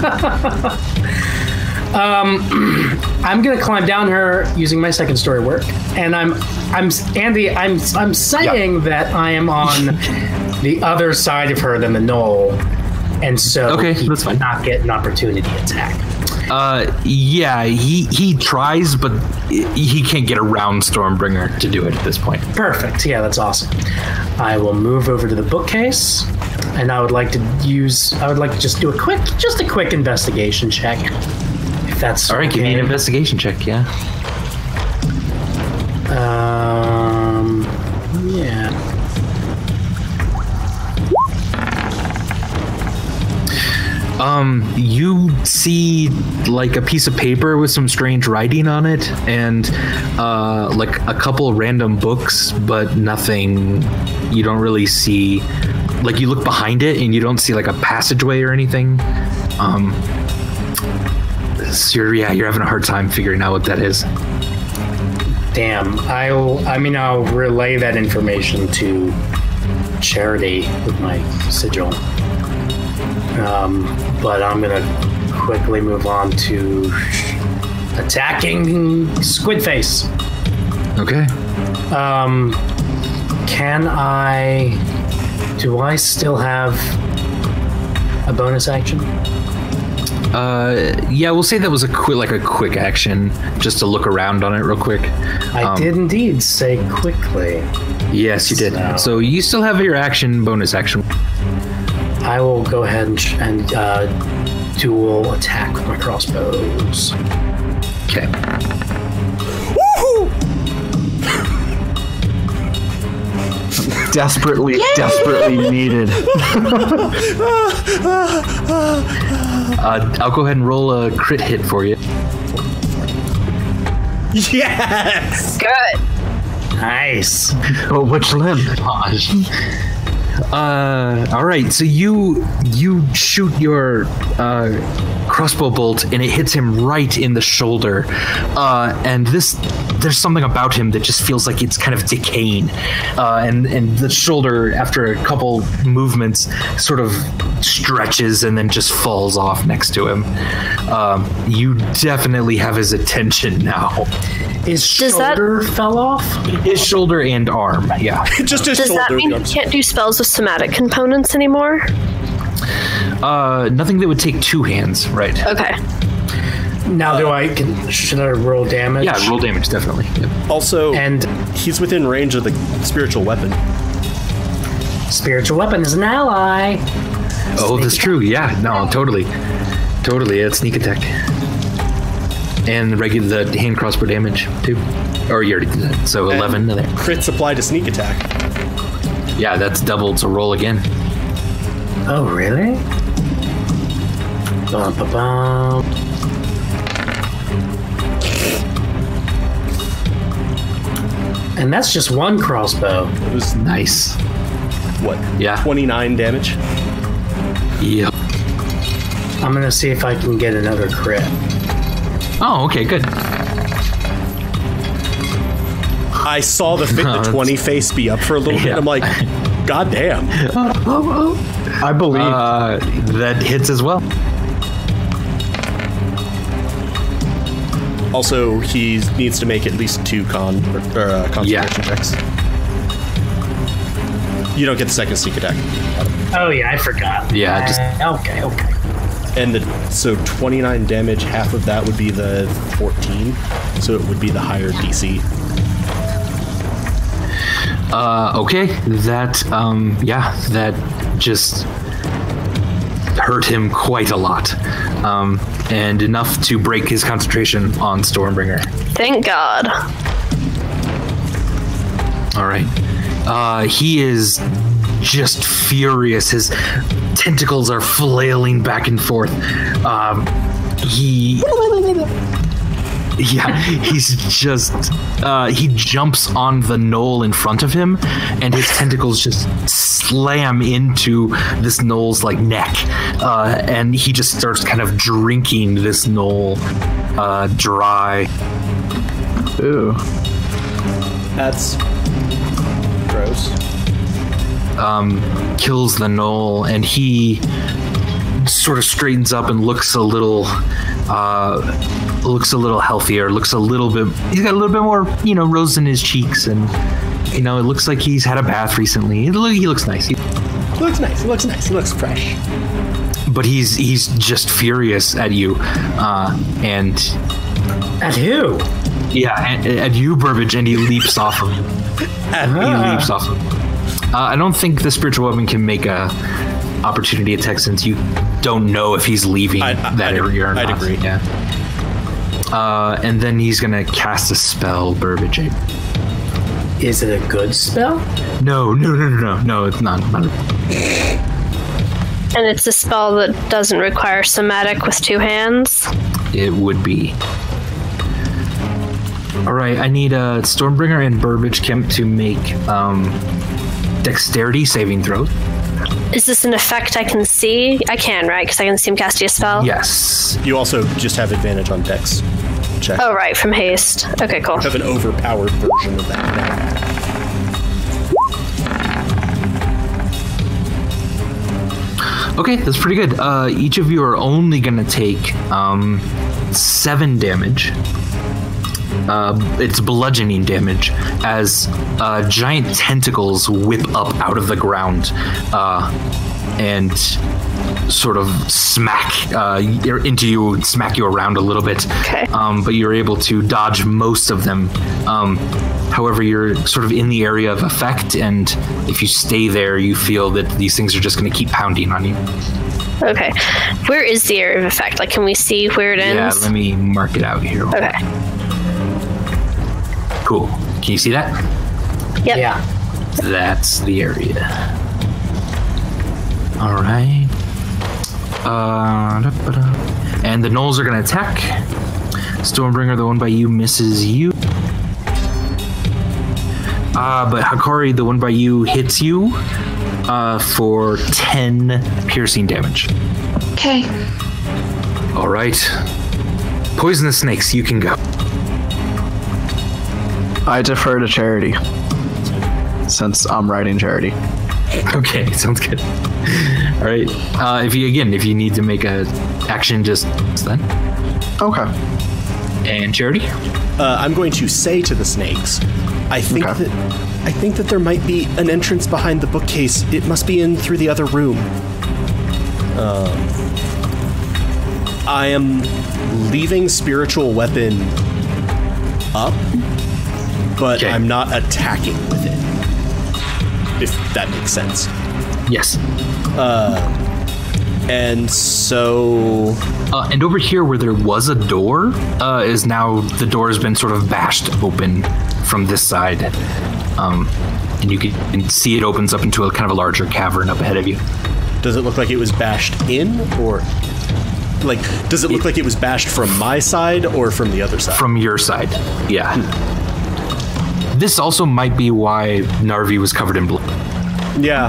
S3: I'm gonna climb down her using my second story work, and I'm, I'm Andy. I'm, I'm saying that I am on the other side of her than the knoll, and so
S2: Okay,
S3: he
S2: that's fine.
S3: did not get an opportunity attack.
S2: Uh, yeah, he he tries, but he can't get around Stormbringer to do it at this point.
S3: Perfect. Yeah, that's awesome. I will move over to the bookcase, and I would like to use. I would like to just do a quick, just a quick investigation check. If that's
S2: All right, give me an investigation check. Yeah.
S3: Um, yeah.
S2: Um, you see like a piece of paper with some strange writing on it, and uh, like a couple random books, but nothing. You don't really see. Like you look behind it, and you don't see like a passageway or anything. Um, so you're, yeah, you're having a hard time figuring out what that is.
S3: Damn, I'll. I mean, I'll relay that information to Charity with my sigil. Um, but I'm gonna quickly move on to attacking Squid Face.
S2: Okay.
S3: Um, can I? Do I still have a bonus action?
S2: Uh, yeah, we'll say that was a quick, like a quick action, just to look around on it real quick.
S3: I
S2: Um,
S3: did indeed say quickly.
S2: Yes, you did.
S3: So-
S2: So you still have your action, bonus action.
S3: I will go ahead and, and uh, dual attack with my crossbows.
S2: Okay.
S5: Desperately, desperately needed.
S2: Uh, I'll go ahead and roll a crit hit for you.
S1: Yes!
S4: Good.
S3: Nice.
S5: Oh, which limb?
S2: Uh, all right. So you you shoot your uh, crossbow bolt and it hits him right in the shoulder. Uh, and this there's something about him that just feels like it's kind of decaying. Uh, and and the shoulder after a couple movements sort of stretches and then just falls off next to him. Um, you definitely have his attention now.
S3: His
S4: Does that-
S3: shoulder fell off.
S2: His shoulder and arm. Yeah.
S1: Just his
S4: Does
S1: shoulder.
S4: that mean you can't do spells with somatic components anymore?
S2: Uh, nothing that would take two hands, right?
S4: Okay.
S3: Now, do I can, should I roll damage?
S2: Yeah, roll damage definitely.
S1: also,
S3: And
S1: he's within range of the spiritual weapon.
S3: spiritual weapon is an ally.
S2: Oh, that's true. Yeah, no, totally, totally. It's sneak attack and regular the hand crossbow damage too. Or you already did that, so eleven. There.
S1: Crits apply to sneak attack.
S2: Yeah, that's doubled. So roll again.
S3: Oh, really? Bum, bum, bum. And that's just one crossbow.
S1: It was,
S2: Nice.
S1: what,
S2: Yeah.
S1: 29 damage?
S2: Yep.
S3: I'm gonna see if I can get another crit.
S2: Oh, okay, good.
S1: I saw
S2: <laughs>
S1: the, fit,
S2: Huh,
S1: the
S2: that's-
S1: 20 face be up for a little bit.
S2: Yeah.
S1: I'm
S2: <laughs>
S1: like, God damn.
S5: I believe.
S2: Uh, that hits as well.
S1: Also, he needs to make at least two con or, uh, concentration
S2: Yeah.
S1: checks. You don't get the second sneak attack,
S3: Oh yeah, I forgot.
S2: Yeah, just-
S3: Uh, okay, okay.
S1: and the so 29 damage. Half of that would be the 14, so it would be the higher DC.
S2: Uh, okay, that um, yeah, that just hurt him quite a lot, um, and enough to break his concentration on Stormbringer.
S4: Thank God.
S2: All right. Uh, he is just furious. His tentacles are flailing back and forth. Um, he. Yeah, he's just. Uh, he jumps on the knoll in front of him, and his tentacles just slam into this knoll's like neck, uh, and he just starts kind of drinking this knoll uh, dry.
S5: Ooh.
S1: That's gross.
S2: um, kills the knoll, and he sort of straightens up and looks a little, uh, looks a little healthier. Looks a little bit. He's got a little bit more, you know, rose in his cheeks, and you know, it looks like he's had a bath recently. He loo- he looks nice, he-
S1: He looks nice. He looks nice. He looks fresh.
S2: but he's he's just furious at you, uh, and
S3: At who?
S2: yeah, at, at you, Burbage, and he leaps
S1: <laughs>
S2: off of you. he leaps off. Uh, I don't think the spiritual weapon can make a opportunity attack since you don't know if he's leaving
S1: I- I-
S2: that
S1: I'd-
S2: area or
S1: I'd
S2: not.
S1: agree.
S2: Yeah. Uh, and then he's gonna cast a spell, Burbage.
S3: Is it a good spell?
S2: No, no, no, no, no, no. It's not. not a-
S4: And it's a spell that doesn't require somatic with two hands.
S2: it would be. All right. I need uh, Stormbringer and Burbage Kemp to make um, dexterity saving throws.
S4: Is this an effect I can see? I can, right? Because I can see him casting a spell.
S2: Yes.
S1: You also just have advantage on dex check.
S4: Oh, right, from haste. Okay, cool.
S1: have an overpowered version of that.
S2: Okay, that's pretty good. Uh, each of you are only going to take um, seven damage. Uh, it's bludgeoning damage as uh, giant tentacles whip up out of the ground uh, and sort of smack uh, you're into you, smack you around a little bit.
S4: Okay.
S2: Um, but you're able to dodge most of them. Um, however, you're sort of in the area of effect, and if you stay there, you feel that these things are just going to keep pounding on you.
S4: Okay. Where is the area of effect? Like, can we see where it
S2: Yeah,
S4: ends?
S2: let me mark it out here.
S4: okay.
S2: Cool. Can you see that?
S4: Yep.
S3: Yeah.
S2: That's the area. All right. Uh, da-ba-da. and the gnolls are going to attack. Stormbringer, the one by you, misses you. Uh, but Hakari, the one by you, hits you uh, for 10 piercing damage.
S6: Okay.
S2: All right. Poisonous snakes, you can go.
S5: I defer to charity. Since I'm writing charity.
S2: <laughs> Okay, sounds good. All right. Uh, if you again, if you need to make a action, just then.
S5: Okay.
S2: And charity.
S1: Uh, I'm going to say to the snakes, I think
S5: Okay.
S1: that I think that there might be an entrance behind the bookcase. It must be in through the other room. Um, I am leaving spiritual weapon up, but
S2: Okay.
S1: I'm not attacking with it. If that makes sense.
S2: Yes.
S1: And so
S2: Uh, and over here, where there was a door, uh, is now the door has been sort of bashed open from this side, um, and you can and see it opens up into a kind of a larger cavern up ahead of you.
S1: Does it look like it was bashed in, or like does it look like it was bashed from my side or from the other side?
S2: from your side. Yeah. This also might be why Narvi was covered in blood.
S1: yeah,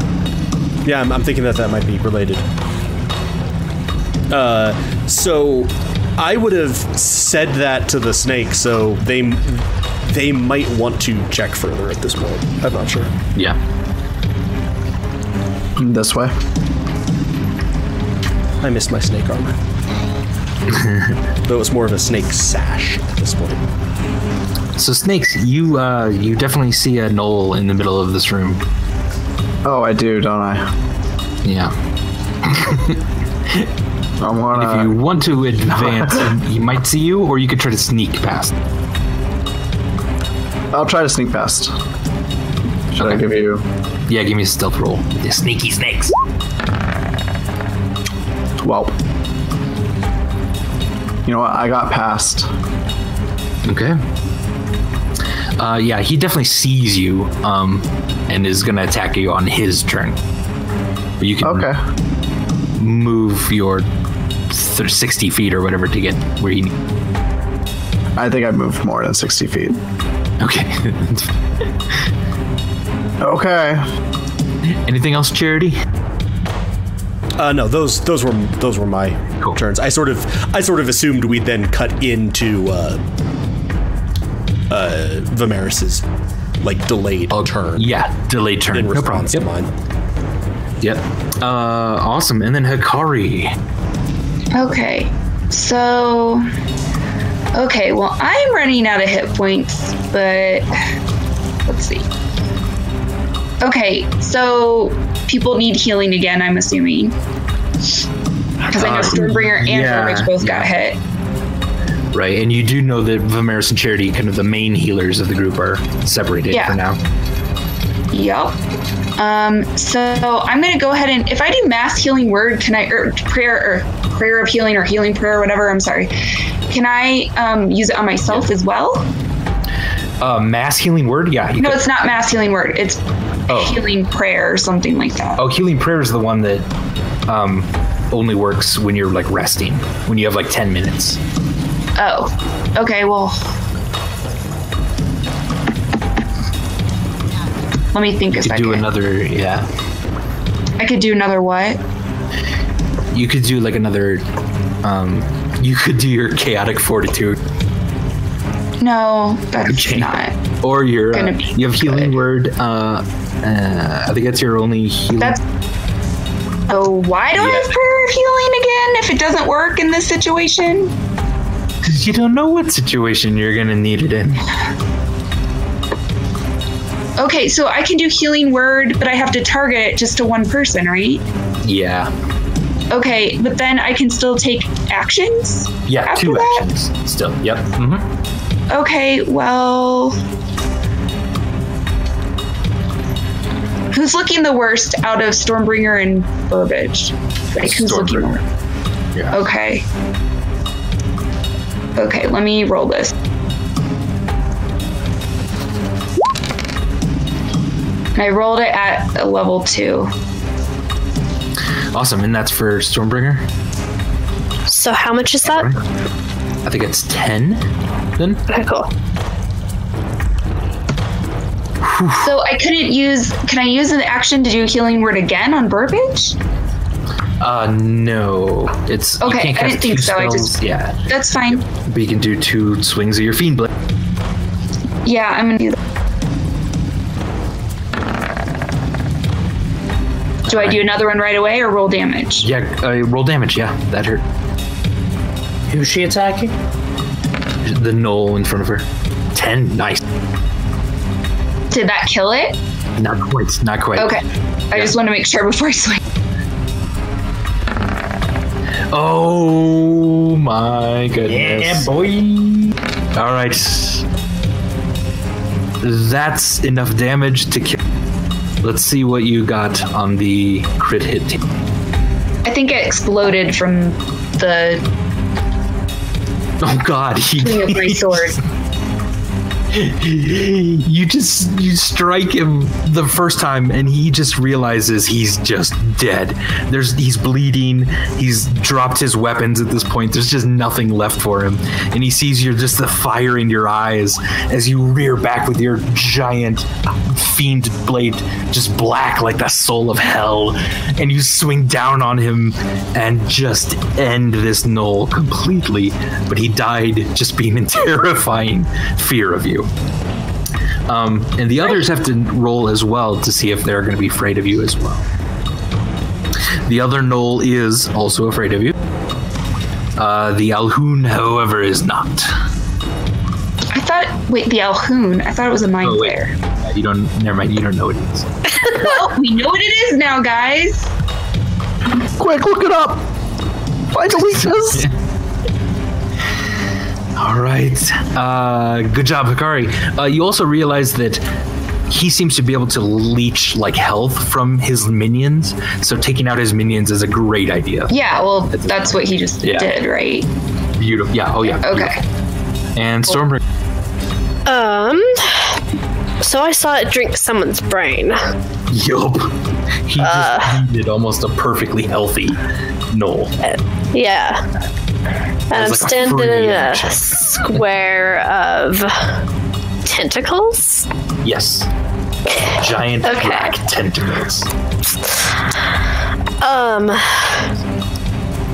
S1: yeah. I'm, I'm thinking that that might be related. Uh, so I would have said that to the snake, so they they might want to check further at this point. I'm not sure.
S2: Yeah.
S5: This way.
S1: I miss my snake armor. Though it's more of a snake sash at this point.
S2: So snakes, you uh, you definitely see a knoll in the middle of this room.
S5: Oh, I do, don't I?
S2: Yeah.
S5: I
S2: If you
S5: wanna.
S2: want to advance, he might see you, or you could try to sneak past.
S5: I'll try to sneak past. Should I
S2: Okay.
S5: give you?
S2: Yeah, give me a stealth roll. The sneaky snakes.
S5: Well, you know what? I got past.
S2: Okay. Uh, yeah, he definitely sees you um, and is going to attack you on his turn. But you can
S5: Okay.
S2: move your th- 60 feet or whatever to get where you need.
S5: I think I moved more than 60 feet.
S2: Okay. <laughs>
S5: Okay.
S2: Anything else, Charity?
S1: Uh, no, those those were those were my
S2: Cool.
S1: turns. I sort of I sort of assumed we'd then cut into uh, uh, Vimeris's like delayed turn
S2: Yeah, delayed turn.
S1: in response
S2: Yep.
S1: to mine.
S2: yep. Uh, awesome. And then Hikari.
S6: Okay. So. Okay, well, I'm running out of hit points, but. Let's see. Okay, so people need healing again, I'm assuming. Because I know
S2: Uh,
S6: Stormbringer and
S2: yeah,
S6: Furmage both got hit.
S2: Right, and you do know that Vimeris and Charity, kind of the main healers of the group, are separated
S6: Yeah.
S2: for now.
S6: Yup. Um, so I'm gonna go ahead and if I do mass healing word, can I or prayer or prayer of healing or healing prayer, whatever? I'm sorry. Can I um, use it on myself as well?
S2: Uh, mass healing word, yeah. You
S6: No,
S2: could-
S6: it's not mass healing word. It's healing prayer or something like that.
S2: oh, healing prayer is the one that um, only works when you're like resting, when you have like ten minutes.
S6: Oh, okay. Well, let me think a
S2: You could
S6: second.
S2: do another, yeah.
S6: I could do another what?
S2: You could do like another. Um, you could do your chaotic fortitude
S6: No, that's
S2: Okay.
S6: not.
S2: or your. Uh,
S6: Gonna be
S2: you have healing
S6: good.
S2: word. Uh, uh, I think that's your only healing. <laughs>
S6: That's. Oh, why do I have prayer of healing again if it doesn't work in this situation?
S2: Because you don't know what situation you're gonna need it in.
S6: Okay, so I can do healing word, but I have to target it just to one person, right?
S2: Yeah.
S6: Okay, but then I can still take actions?
S2: Yeah,
S6: after
S2: two
S6: that?
S2: actions still. Yep. Mm-hmm.
S6: Okay, well. Who's looking the worst out of Stormbringer and Burbage? Like, who's looking the
S2: Stormbringer.
S6: worst?
S2: Yeah.
S6: Okay. Okay, let me roll this. I rolled it at a level two.
S2: Awesome, and that's for Stormbringer.
S4: So how much is that?
S2: I think it's ten. Then
S4: Okay, cool.
S6: So I couldn't use. Can I use an action to do healing word again on Burbage?
S2: uh, no, it's
S6: Okay, I didn't think
S2: two
S6: so, I just-
S2: spells. yeah,
S6: That's fine.
S2: but you can do two swings of your fiend blade.
S6: Yeah, I'm gonna do that. Do I do another one right away or roll damage?
S2: Yeah, uh, roll damage. Yeah, that hurt.
S3: Who's she attacking?
S2: The knoll in front of her. Ten. Nice.
S6: Did that kill it?
S2: Not quite. Not quite.
S6: Okay. I just want to make sure <laughs> before I swing.
S2: Oh my goodness.
S3: boy.
S2: All right. That's enough damage to kill. Let's see what you got on the crit hit. Team. <laughs>
S6: I think it exploded from the
S2: Oh God, he,
S6: thing
S2: <laughs>
S6: of my sword.
S2: you just you strike him the first time, and he just realizes he's just dead. There's he's bleeding. He's dropped his weapons at this point. There's just nothing left for him, and he sees you're just the fire in your eyes as you rear back with your giant fiend blade, just black like the soul of hell, and you swing down on him and just end this knoll completely. But he died just being in <laughs> terrifying fear of you. Um, and the others have to roll as well to see if they're going to be afraid of you as well. The other knoll is also afraid of you. Uh, the Alhoun, however, is not.
S6: I thought. Wait, the Alhoun. I thought it was a mind
S2: Oh, wait.
S6: flare.
S2: Uh, You don't. Never mind. You don't know what it is. <laughs>
S6: Well, we know what it is now, guys.
S5: Quick, look it up. <laughs> Why delete this?
S2: All right. Uh, good job, Hikari. Uh, you also realize that he seems to be able to leech like health from his minions. So taking out his minions is a great idea.
S6: Yeah, well, that's what he just
S2: Yeah.
S6: did, right?
S2: Beautiful. Yeah. Oh yeah.
S6: Okay.
S2: beautiful. And Stormbringer.
S4: Um. So I saw it drink someone's brain.
S2: Yup. He
S4: Uh.
S2: just needed almost a perfectly healthy Noel.
S4: Yeah. And I'm
S2: like a
S4: standing
S2: free
S4: in a
S2: action.
S4: square of tentacles.
S2: Yes. Giant
S4: Okay.
S2: black tentacles.
S4: Um.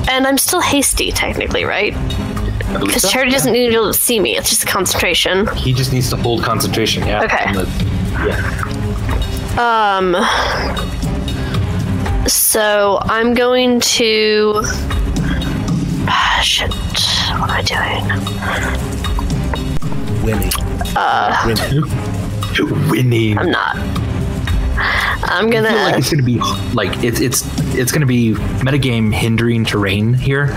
S4: And I'm still hasty, technically, right?
S2: I believe
S4: Because
S2: so.
S4: Charity doesn't need to be able to see me. It's just concentration.
S2: He just needs to hold concentration. Yeah.
S4: Okay.
S2: on the- yeah.
S4: Um. So I'm going to. Ah, shit. What am I doing?
S1: Winnie. Winnie.
S2: Winning.
S4: I'm not. I'm
S2: I feel like
S4: gonna.
S2: it's gonna be like it's it's it's gonna be metagame hindering terrain here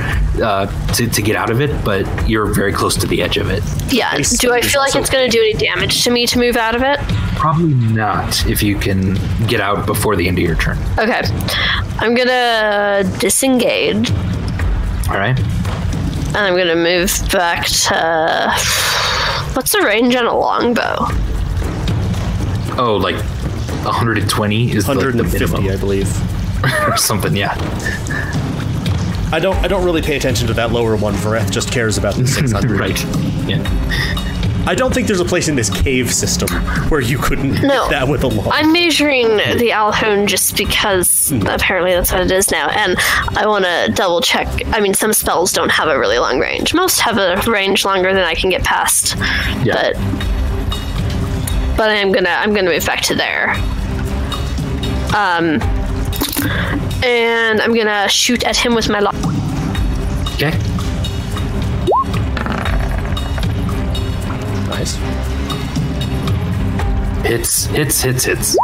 S2: uh, to to get out of it, but you're very close to the edge of it.
S4: Yeah.
S1: Base
S4: Do I
S1: is
S4: feel like
S1: also-
S4: it's gonna do any damage to me to move out of it?
S2: Probably not if you can get out before the end of your turn.
S4: Okay. I'm gonna disengage and
S2: All right.
S4: I'm gonna move back to. What's the range on a longbow?
S2: Oh, like 120 is like, the
S1: 150, I
S2: minimum
S1: believe.
S2: or something. Yeah.
S1: I don't. I don't really pay attention to that lower one. Vareth just cares about the 600.
S2: <laughs> Right. Yeah.
S1: I don't think there's a place in this cave system where you couldn't hit
S4: No.
S1: that with a log.
S4: I'm measuring the Alhone just because apparently that's what it is now, and I want to double check. I mean, some spells don't have a really long range. Most have a range longer than I can get past.
S2: Yeah.
S4: But but I'm gonna I'm gonna move back to there. Um, and I'm gonna shoot at him with my lock.
S2: Okay.
S1: nice.
S2: Hits. Hits. Hits. Hits.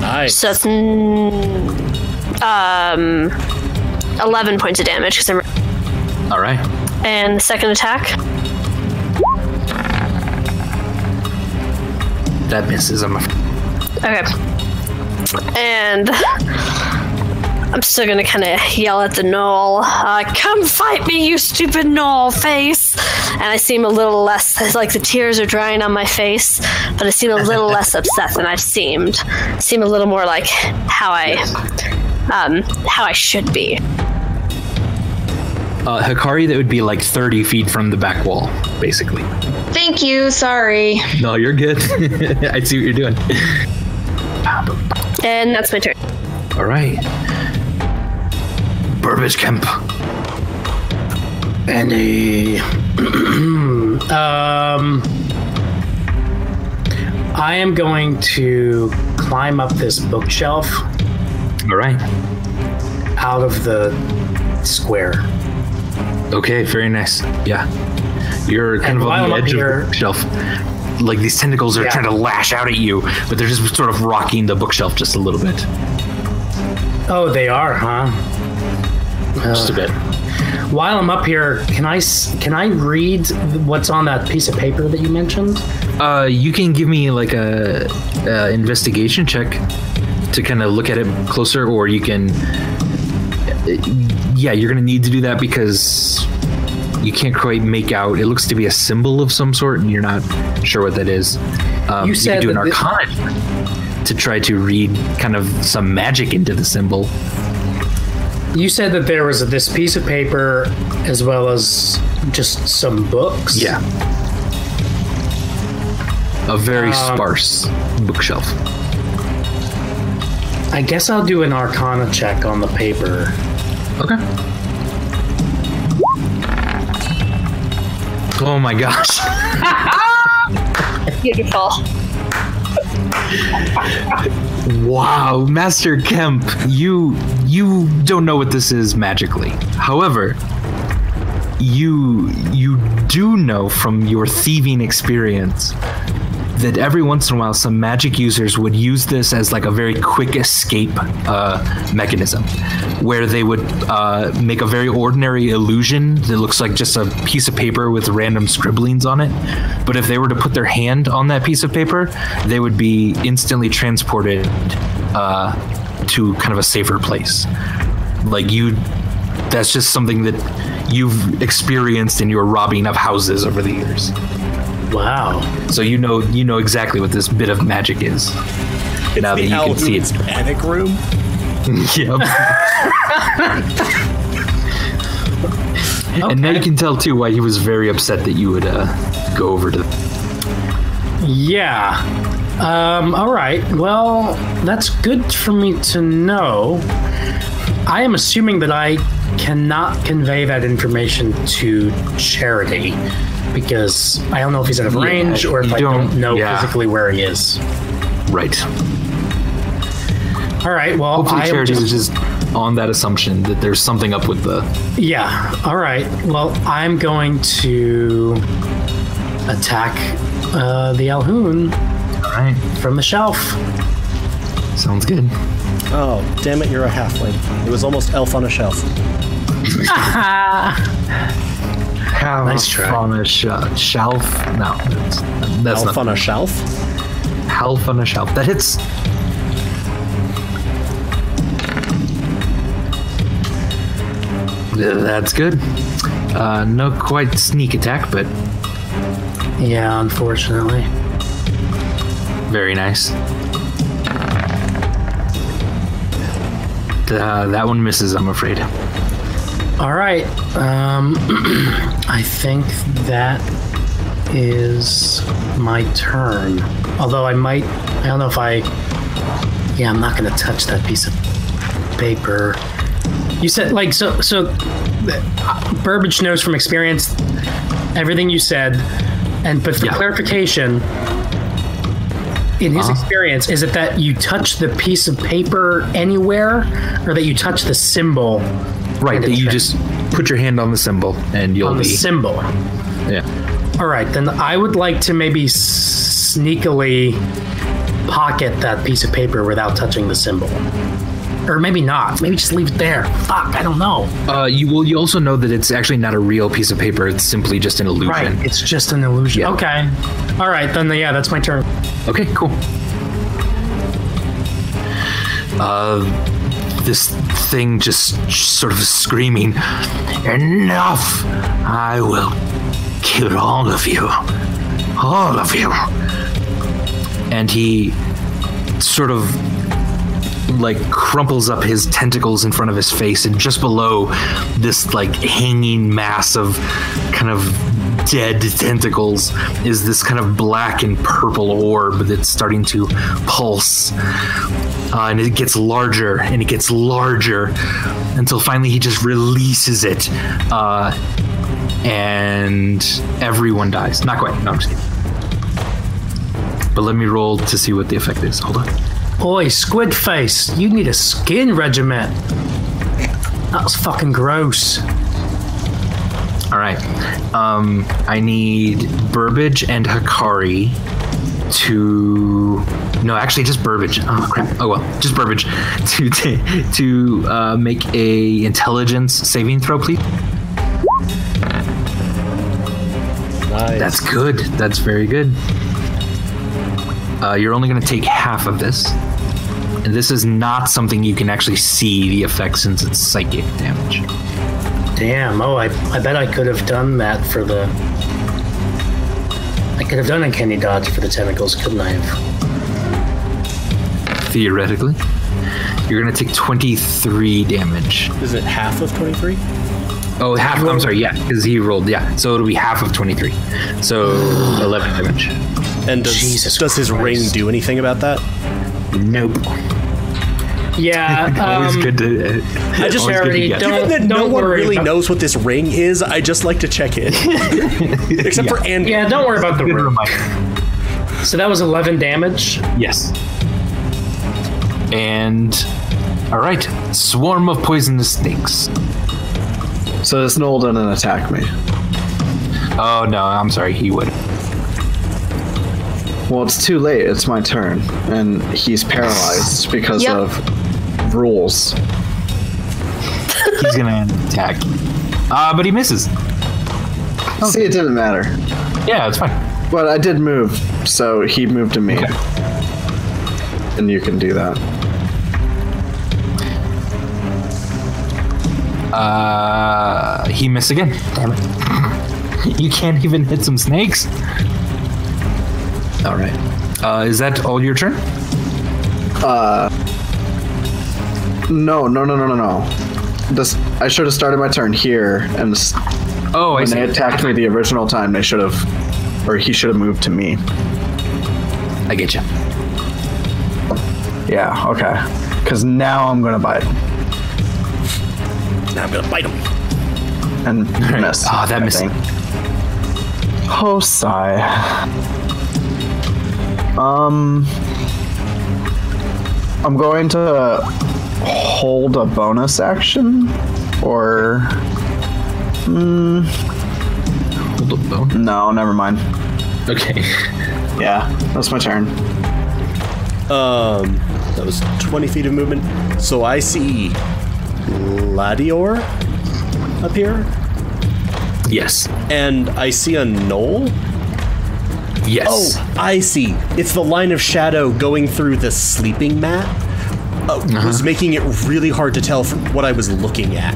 S1: Nice.
S4: So that's mm, um, eleven points of damage because I'm.
S2: All right.
S4: And the second attack.
S2: That misses. I'm afraid.
S4: Okay. And I'm still gonna kind of yell at the gnoll. Uh, Come fight me, you stupid gnoll face! And I seem a little less it's like the tears are drying on my face, but I seem a little less upset than I've seemed. Seem a little more like how I, um, how I should be.
S2: Uh, Hikari, that would be like 30 feet from the back wall, basically.
S6: Thank you. Sorry.
S2: No, you're <laughs> good. I see what you're doing.
S4: And that's my turn.
S2: All right. Burbage Kemp.
S3: Benny. <clears throat> um, I am going to climb up this bookshelf
S2: All right.
S3: out of the square.
S2: Okay, very nice. Yeah. You're kind
S3: And
S2: of
S3: while
S2: on
S3: I'm
S2: the
S3: up
S2: edge
S3: here-
S2: of the shelf. Like these tentacles are
S3: Yeah.
S2: trying to lash out at you, but they're just sort of rocking the bookshelf just a little bit.
S3: Oh, they are, huh?
S2: Just a bit.
S3: While I'm up here, can I s- can I read what's on that piece of paper that you mentioned?
S2: Uh, you can give me like a, uh investigation check to kind of look at it closer, or you can. uh, Yeah, you're gonna need to do that because you can't quite make out. It looks to be a symbol of some sort, and you're not sure what that is. Um,
S3: You said
S2: you can do an
S3: that thi-
S2: arcana check to try to read kind of some magic into the symbol.
S3: You said that there was this piece of paper as well as just some books.
S2: Yeah. A very
S3: Um,
S2: sparse bookshelf.
S3: I guess I'll do an arcana check on the paper.
S2: Okay. Oh my gosh.
S4: Beautiful.
S2: <laughs> Wow, Master Kemp, you you don't know what this is magically. However, you you do know from your thieving experience that every once in a while some magic users would use this as like a very quick escape uh, mechanism where they would uh, make a very ordinary illusion that looks like just a piece of paper with random scribblings on it but if they were to put their hand on that piece of paper they would be instantly transported uh, to kind of a safer place like you that's just something that you've experienced in your robbing of houses over the years
S3: Wow.
S2: so you know you know exactly what this bit of magic is now that you can see it
S1: Panic room.
S2: <laughs> Yep. And now you can tell too why he was very upset that you would uh, go over to.
S3: Yeah. Um, all right. Well, that's good for me to know. I am assuming that I cannot convey that information to Charity because I don't know if he's out of range or if
S2: you
S3: I don't,
S2: don't-
S3: know
S2: yeah.
S3: physically where he is.
S2: Right.
S3: All right. Well,
S2: Hopefully,
S3: I am
S2: charity
S3: just-
S2: was just on that assumption that there's something up with the.
S3: Yeah. All right. Well, I'm going to attack uh, the Alhoun
S2: All right.
S3: from the shelf.
S2: Sounds good.
S1: Oh, damn it! You're a halfling. It was almost elf on a shelf.
S2: How
S3: Nice try.
S2: on a uh, sh- shelf? No, that's, that's
S1: Elf
S2: not
S1: on a shelf.
S2: half on a shelf. That hits. Th- That's good. Uh, no quite sneak attack, but
S3: Yeah, unfortunately.
S2: very nice. Uh, that one misses, I'm afraid.
S3: All right. Um, <clears throat> I think that is my turn. Although I might, I don't know if I. Yeah, I'm not going to touch that piece of paper. You said like so so. uh, Burbage knows from experience everything you said, and but for
S2: Yeah.
S3: clarification. In his experience, is it that you touch the piece of paper anywhere, or that you touch the symbol
S2: Right, that you
S3: check.
S2: just put your hand on the symbol and you'll
S3: on the
S2: be.
S3: symbol.
S2: yeah.
S3: All right, then I would like to maybe sneakily pocket that piece of paper without touching the symbol. Or maybe not. Maybe just leave it there. Fuck, I don't know.
S2: Uh, you will. You also know that it's actually not a real piece of paper. It's simply just an illusion.
S3: Right, it's just an illusion.
S2: Yeah.
S3: Okay. All right, then yeah, that's my turn.
S2: Okay, cool. Uh, this thing just sort of screaming, Enough! I will kill all of you. All of you. And he sort of like crumples up his tentacles in front of his face and just below this like hanging mass of kind of dead tentacles is this kind of black and purple orb that's starting to pulse uh, and it gets larger and it gets larger until finally he just releases it uh, and everyone dies not quite no i'm just kidding but let me roll to see what the effect is hold on
S3: Oi, squid face, you need a skin regiment. That was fucking gross.
S2: All right. Um, I need Burbage and Hikari to. No, actually, just Burbage. Oh crap. Oh well, just Burbage to <laughs> to, to uh, make a intelligence saving throw, please.
S1: Nice.
S2: That's good. That's very good. Uh, you're only going to take half of this, and this is not something you can actually see the effect since it's psychic damage.
S3: Damn, oh, I, I bet I could have done that for the. I could have done a candy dodge for the tentacles, couldn't I <laughs> have?
S2: Theoretically, you're going to take 23 damage.
S1: Is it half of twenty-three?
S2: Oh, half. I'm sorry. Yeah, because he rolled. Yeah, so it'll be half of 23. So 11 damage.
S1: And does
S3: Jesus
S1: does his ring
S3: Christ.
S1: do anything about that?
S2: Nope.
S3: Yeah.
S2: Always
S3: um,
S2: good to. uh, I
S1: just-
S3: Charity, don't-
S1: Given that no one
S3: worry
S1: really
S3: about-
S1: knows what this ring is, I just like to check
S3: <laughs>
S1: it. Except for Andrew.
S3: Yeah, don't
S1: <laughs>
S3: worry about the room.
S2: reminder.
S3: So that was 11 damage.
S2: Yes. And all right, swarm of poisonous snakes.
S5: So this Noel didn't attack me.
S2: Oh no, I'm sorry. He would.
S5: Well, it's too late. It's my turn, and he's paralyzed because
S6: Yep.
S5: of rules.
S7: He's gonna attack. Uh, but he misses.
S5: See, it didn't matter.
S7: Yeah, it's fine.
S5: But I did move, so he moved to me. And you can do that.
S7: Uh, he missed again. Damn it. you can't even hit some snakes.
S5: All right.
S7: Uh, is that all your turn?
S5: No, no, no, no, no, no. This I should have started my turn here, and s-
S7: Oh, I
S5: when
S7: see.
S5: they attacked me the original time, they should have, or he should have moved to me.
S7: I get you.
S5: Yeah. Okay. Because now I'm gonna bite
S1: Now I'm gonna bite him. <laughs>
S5: and miss.
S7: Ah, that
S5: I
S7: missing.
S5: think. Oh, sigh. Um, I'm going to hold a bonus action, or hmm.
S7: Hold up, bone.
S5: no, never mind.
S7: Okay.
S5: Yeah, that's my turn.
S1: Um, that was 20 feet of movement. So I see Ladior up here,
S2: <laughs> Yes.
S1: and I see a knoll.
S2: Yes.
S1: Oh, I see. It's the line of shadow going through the sleeping mat. Uh, Was making it really hard to tell from what I was looking at.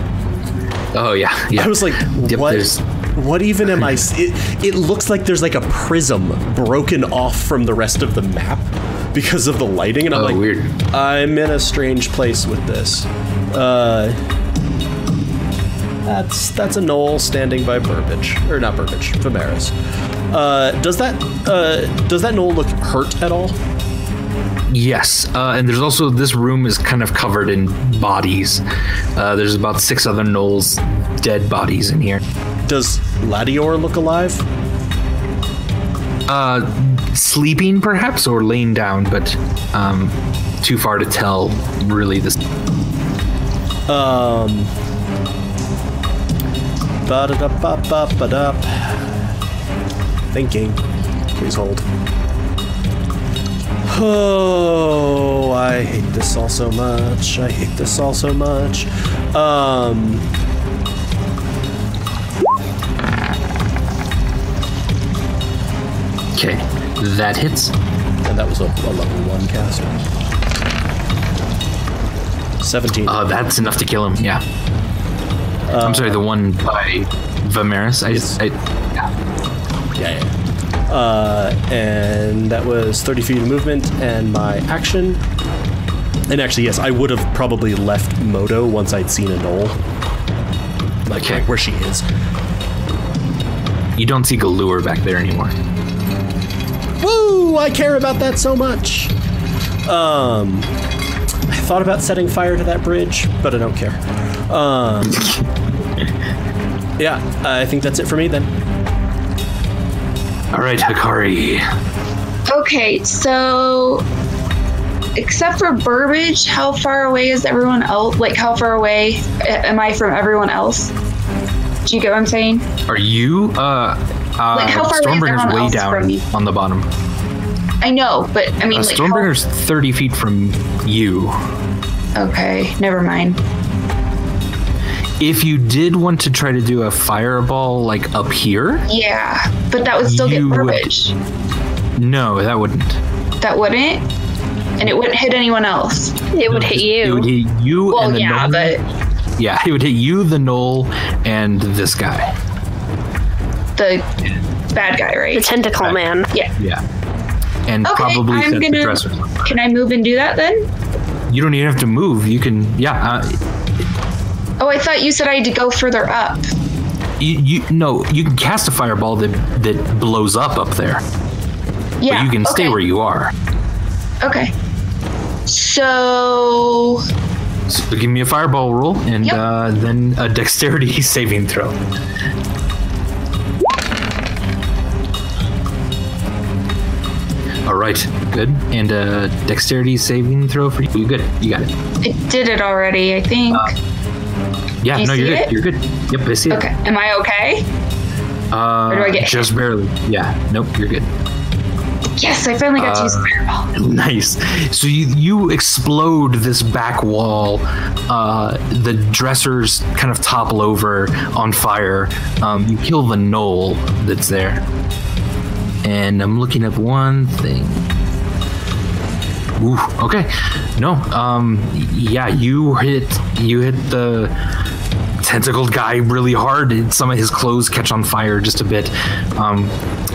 S2: Oh, yeah. yeah.
S1: I was like,
S2: Yep,
S1: what?
S2: there's-
S1: What even am I? s- It, it looks like there's like a prism broken off from the rest of the map because of the lighting, and I'm
S2: Oh,
S1: like,
S2: weird.
S1: I'm in a strange place with this. Uh, that's that's a knoll standing by Burbage, or not Burbage, Vamaris. Uh, does that uh, does that knoll look hurt at all?
S2: Yes, uh, and there's also this room is kind of covered in bodies. Uh, there's about six other gnolls, dead bodies in here.
S1: Does Ladior look alive?
S2: Sleeping, perhaps, or laying down, but um, too far to tell. Really, this.
S1: Um. Ba-da-da-ba-ba-ba-da. Thinking. Please hold. Oh, I hate this all so much. I hate this all so much. Um.
S2: Okay, that hits.
S1: And that was a, a level one caster. 17.
S2: Uh, that's enough to kill him. Yeah. I'm sorry, the one by Vamaris. I, I, yeah.
S1: Yeah, yeah. Uh, and that was 30 feet of movement and my action. And actually, yes, I would have probably left Moto once I'd seen a knoll. Like,
S2: Okay.
S1: like where she is.
S2: You don't see Galur back there anymore.
S1: Woo! I care about that so much! Um, I thought about setting fire to that bridge, but I don't care. Um, yeah, I think that's it for me then.
S2: All right, Hikari.
S6: Okay, so except for Burbage, how far away is everyone else? Like, how far away a- am I from everyone else? Do you get what I'm saying?
S2: Are you? Uh, uh,
S6: Like, how far away is
S2: Stormbringer's
S6: everyone
S2: way
S6: else from
S2: down
S6: you?
S2: on the bottom.
S6: I know, but I mean,
S2: Uh,
S6: like,
S2: Stormbringer's 30 feet from you.
S6: how- okay, never mind.
S2: If you did want to try to do a fireball like up here,
S6: Yeah, but that would still
S2: You uh,
S6: get
S2: would-
S6: Burbage.
S2: no, that wouldn't.
S6: That wouldn't, and it wouldn't hit anyone else.
S4: It would hit
S2: It would
S4: you.
S2: hit you
S6: Well,
S2: and the
S6: yeah,
S2: gnoll.
S6: but
S2: Yeah, it would hit you, the knoll, and this guy.
S6: the bad guy,
S4: The
S6: right?
S4: tentacle man.
S6: Yeah.
S2: Yeah. And
S6: Okay,
S2: probably
S6: I'm
S2: set
S6: gonna-
S2: the dresser.
S6: Can I move and do that then?
S2: You don't even have to move. You can, yeah. Uh,
S6: Oh, I thought you said I had to go further up.
S2: you, you no, you can cast a fireball that that blows up up there,
S6: Yeah.
S2: but you can stay
S6: okay.
S2: where you are.
S6: Okay. So
S2: So give me a fireball roll and
S6: Yep.
S2: uh, then a dexterity <laughs> saving throw. All right, good. And a dexterity saving throw for you. Good, you got it.
S6: it did it already, I think.
S2: Uh, Yeah,
S6: Do you
S2: no,
S6: see
S2: you're
S6: it?
S2: good. You're good. Yep, I see
S6: okay.
S2: it.
S6: Am I okay?
S2: Uh,
S6: do I get
S2: just barely. Yeah, nope, you're good.
S6: Yes, I finally got to
S2: uh,
S6: use
S2: <laughs>
S6: fireball.
S2: Nice. So you, you explode this back wall. Uh, the dressers kind of topple over on fire. Um, you kill the knoll that's there. And I'm looking up one thing. Ooh, okay. No. Um, yeah, you hit you hit the tentacled guy really hard. and Some of his clothes catch on fire just a bit. Um,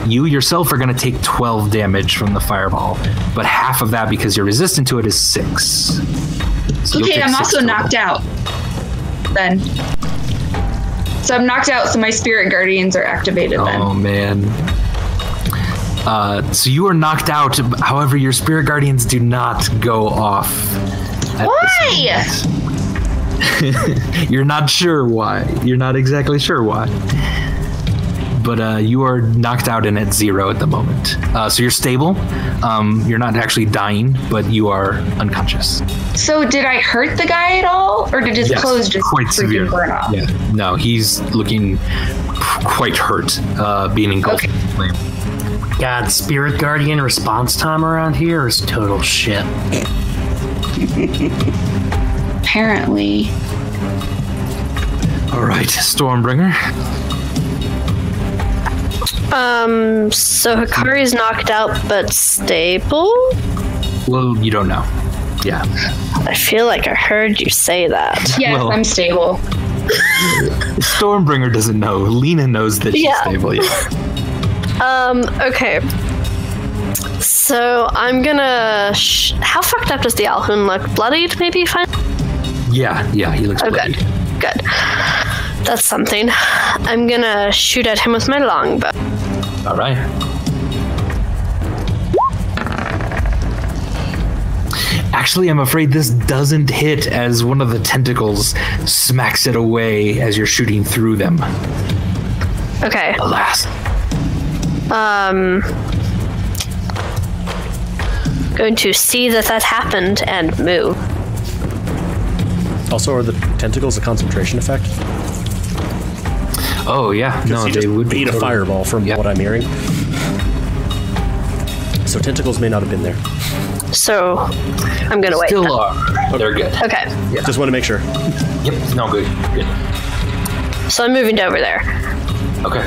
S2: you yourself are going to take 12 damage from the fireball, but half of that because you're resistant to it is six. So you'll
S6: Okay,
S2: take
S6: I'm
S2: six
S6: also
S2: total.
S6: knocked out. Then. So I'm knocked out, so my spirit guardians are activated
S2: Oh man. Uh, so you are knocked out. However, your spirit guardians do not go off. at
S6: then.
S2: this
S6: Why?
S2: You're not sure why. You're not exactly sure why. But uh, you are knocked out and at zero at the moment. Uh, so you're stable. Um, you're not actually dying, but you are unconscious.
S6: So did I hurt the guy at all, or did his clothes just
S2: quite
S6: freaking
S2: severe.
S6: burn off?
S2: Yeah. No, he's looking quite hurt, uh, being engulfed in flame.
S3: God, Spirit Guardian response time around here is total shit.
S6: Apparently.
S2: All right, Stormbringer.
S4: Um, so Hikari's knocked out but stable?
S2: Well, you don't know. Yeah.
S4: I feel like I heard you say that.
S6: Yes,
S2: Well-
S6: I'm stable.
S2: Stormbringer doesn't know. Lena knows that she's
S4: Yeah.
S2: stable.
S4: <laughs>
S2: Yeah.
S4: Um, okay. So I'm gonna. Sh- How fucked up does the Alhoun look? Bloodied, maybe? Fine.
S2: Yeah. Yeah. He looks
S4: Oh,
S2: bloody.
S4: good. Good. That's something. I'm gonna shoot at him with my longbow.
S2: All right. Actually, I'm afraid this doesn't hit as one of the tentacles smacks it away as you're shooting through them.
S4: Okay.
S2: Alas.
S4: Um. Going to see that that happened and move.
S1: Also, are the tentacles a concentration effect?
S2: Oh, yeah. No,
S1: you
S2: they
S1: just
S2: would be
S1: eat a
S2: totally-
S1: fireball, from
S2: Yeah.
S1: what I'm hearing. So tentacles may not have been there.
S4: So I'm gonna wait.
S2: Still
S4: then.
S2: are. They're good.
S4: Okay.
S1: Just want to make sure.
S2: Yep. No, good. Good.
S4: So I'm moving over there.
S2: Okay.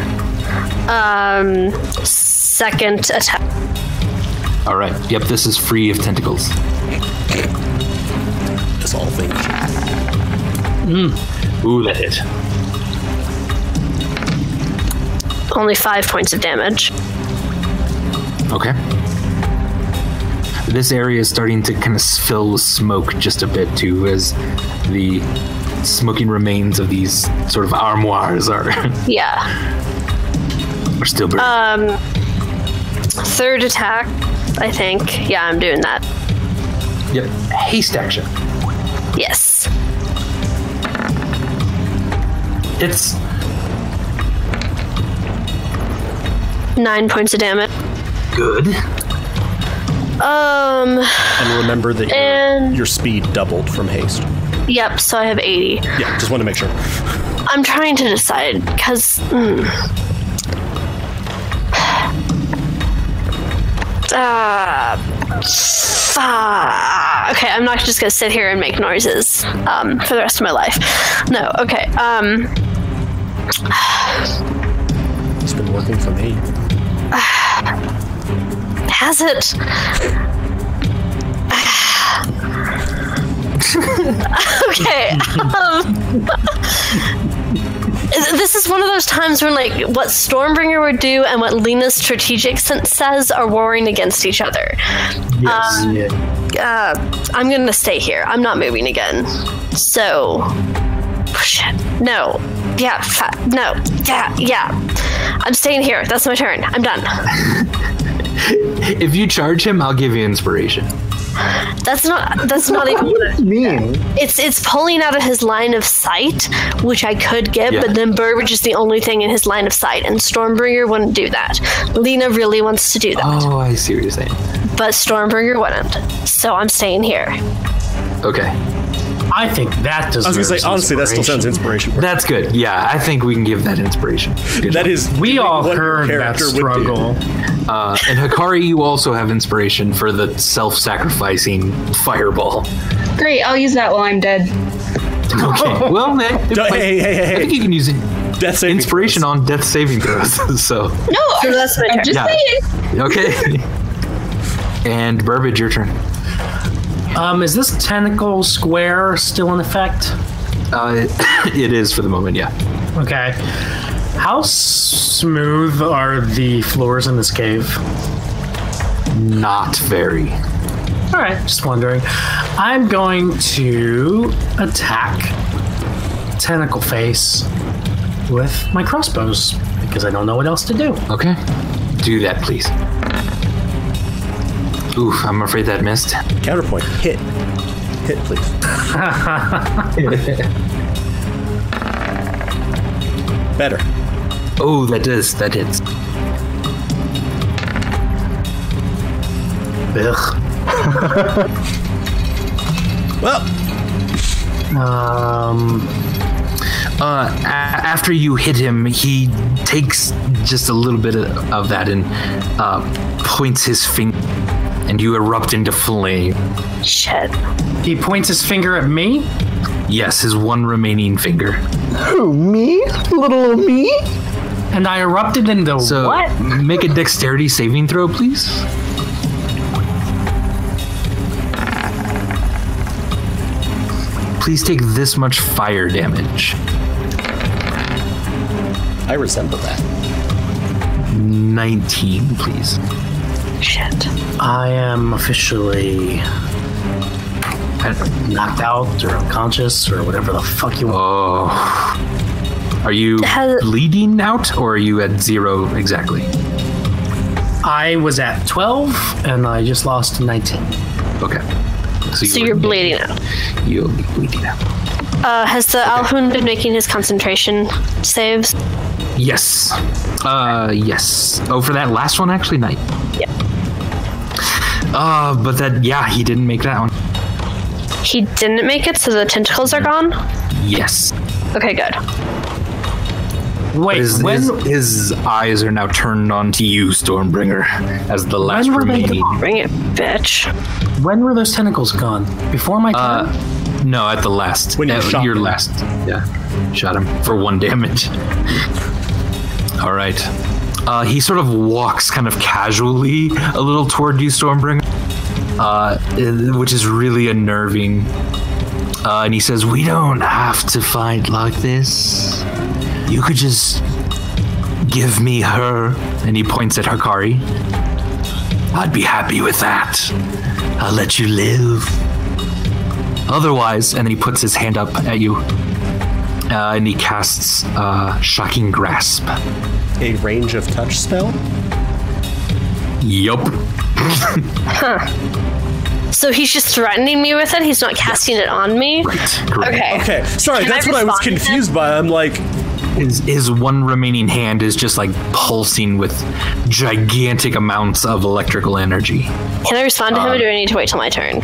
S4: Um, second attack.
S2: All right. Yep. This is free of tentacles.
S1: Just all things.
S2: Hmm. Ooh, that hit.
S4: Only five points of damage.
S2: Okay. This area is starting to kind of fill with smoke just a bit too, as the smoking remains of these sort of armoires are, <laughs>
S4: Yeah.
S2: are still burning.
S4: Third attack, I think. Yeah, I'm doing that.
S2: yep. Haste action.
S4: Yes.
S2: It's
S4: Nine points of damage.
S2: good.
S4: Um,
S1: And remember that your,
S4: And-
S1: your speed doubled from haste.
S4: yep, so I have 80.
S1: Yeah, just want to make sure.
S4: I'm trying to decide, hmm. because. Ah. ah. Okay, I'm not just gonna sit here and make noises um, for the rest of my life. No, okay. Um,
S1: It's been working for me.
S4: has it? <sighs> okay. Um, <laughs> this is one of those times when, like, what Stormbringer would do and what Lena's strategic sense says are warring against each other. Um,
S2: Yes.
S4: Uh, I'm gonna stay here. I'm not moving again. So, oh, shit. No. Yeah. Fa- no. Yeah. Yeah. I'm staying here. That's my turn. I'm done.
S2: if you charge him, I'll give you inspiration.
S4: That's not. That's not even.
S5: Mean.
S4: It's it's pulling out of his line of sight, which I could get,
S2: Yeah.
S4: but then Burbage is the only thing in his line of sight, and Stormbringer wouldn't do that. Lena really wants to do that,
S2: Oh, I see what you're saying.
S4: but Stormbringer wouldn't. So I'm staying here.
S2: Okay.
S3: I think that does.
S1: I was gonna say, honestly, that still sounds inspirational.
S2: That's good. Yeah, I think we can give that inspiration. Good
S1: That
S2: job.
S1: is,
S3: We
S1: doing
S3: all
S1: what your
S3: heard that
S1: character would do.
S3: struggle.
S2: Uh, and Hikari, you also have inspiration for the self-sacrificing fireball.
S6: Great, I'll use that while I'm dead.
S1: <laughs>
S2: Okay. Well, eh, it
S1: Don't-
S2: might-
S1: hey, hey, hey,
S2: I think
S1: hey.
S2: you can use it.
S1: Death saving
S2: Inspiration on death saving throws. <laughs> so,
S6: No,
S4: So
S6: I'm,
S4: that's my
S6: I'm
S4: turn.
S6: just
S2: Yeah.
S6: saying.
S2: okay. and Burbage, your turn.
S3: Um, is this tentacle square still in effect?
S2: Uh, <laughs> it is for the moment. Yeah.
S3: Okay. How s- smooth are the floors in this cave?
S2: Not very.
S3: All right, just wondering. I'm going to attack Tentacle Face with my crossbows because I don't know what else to do.
S2: Okay. Do that, please. Oof, I'm afraid that missed.
S1: counterpoint. Hit, hit,
S3: <laughs>
S1: please. Better.
S2: Oh, that does. That hits.
S3: Ugh.
S1: Well,
S3: Um,
S2: Uh, a- after you hit him, he takes just a little bit of of that and uh, points his finger, and you erupt into flame.
S4: Shit.
S3: he points his finger at me.
S2: Yes, his one remaining finger.
S5: Who, me? Little me?
S3: And I erupted into
S2: So
S3: what?
S2: make a dexterity saving throw, please. Please take this much fire damage.
S1: I resemble that.
S2: 19, please.
S4: Shit.
S3: I am officially
S2: I-
S3: knocked out or unconscious or whatever the fuck you want.
S2: Oh. Are you
S4: Has-
S2: bleeding out or are you at zero exactly?
S3: I was at 12 and I just lost 19.
S2: Okay. So,
S4: So you're bleeding out.
S2: You'll be bleeding out.
S4: Uh, has the Alhun been making his concentration saves?
S2: Yes. Uh, yes. Oh, for that last one, actually, night.
S4: Yep.
S2: Uh, but that, yeah, he didn't make that one.
S4: He didn't make it, so the tentacles are gone?
S2: Yes.
S4: Okay, good.
S3: Wait,
S2: His,
S3: when,
S2: his, his eyes are now turned on to you, Stormbringer, as the last
S3: were they
S2: remaining.
S4: Bring it, bitch.
S3: when were those tentacles gone? Before my turn?
S2: Uh, no, at the last.
S1: When you
S2: At
S1: shot
S2: your
S1: him.
S2: last. Yeah, shot him for one damage. <laughs> All right. Uh, he sort of walks kind of casually a little toward you, Stormbringer, uh, i- which is really unnerving. Uh, and he says, "We don't have to fight like this. You could just give me her." And he points at Hakari. I'd be happy with that. I'll let you live. Otherwise, and then he puts his hand up at you, uh, and he casts uh, Shocking Grasp.
S1: A range of touch spell.
S2: Yup.
S4: So he's just threatening me with it? He's not casting it on me?
S2: Right. Correct.
S4: Okay.
S1: Okay, sorry,
S4: Can I
S1: that's what I was
S4: respond to that?
S1: confused by. I'm like,
S2: His, his one remaining hand is just like pulsing with gigantic amounts of electrical energy.
S4: Can I respond to him or do I need to wait till my turn?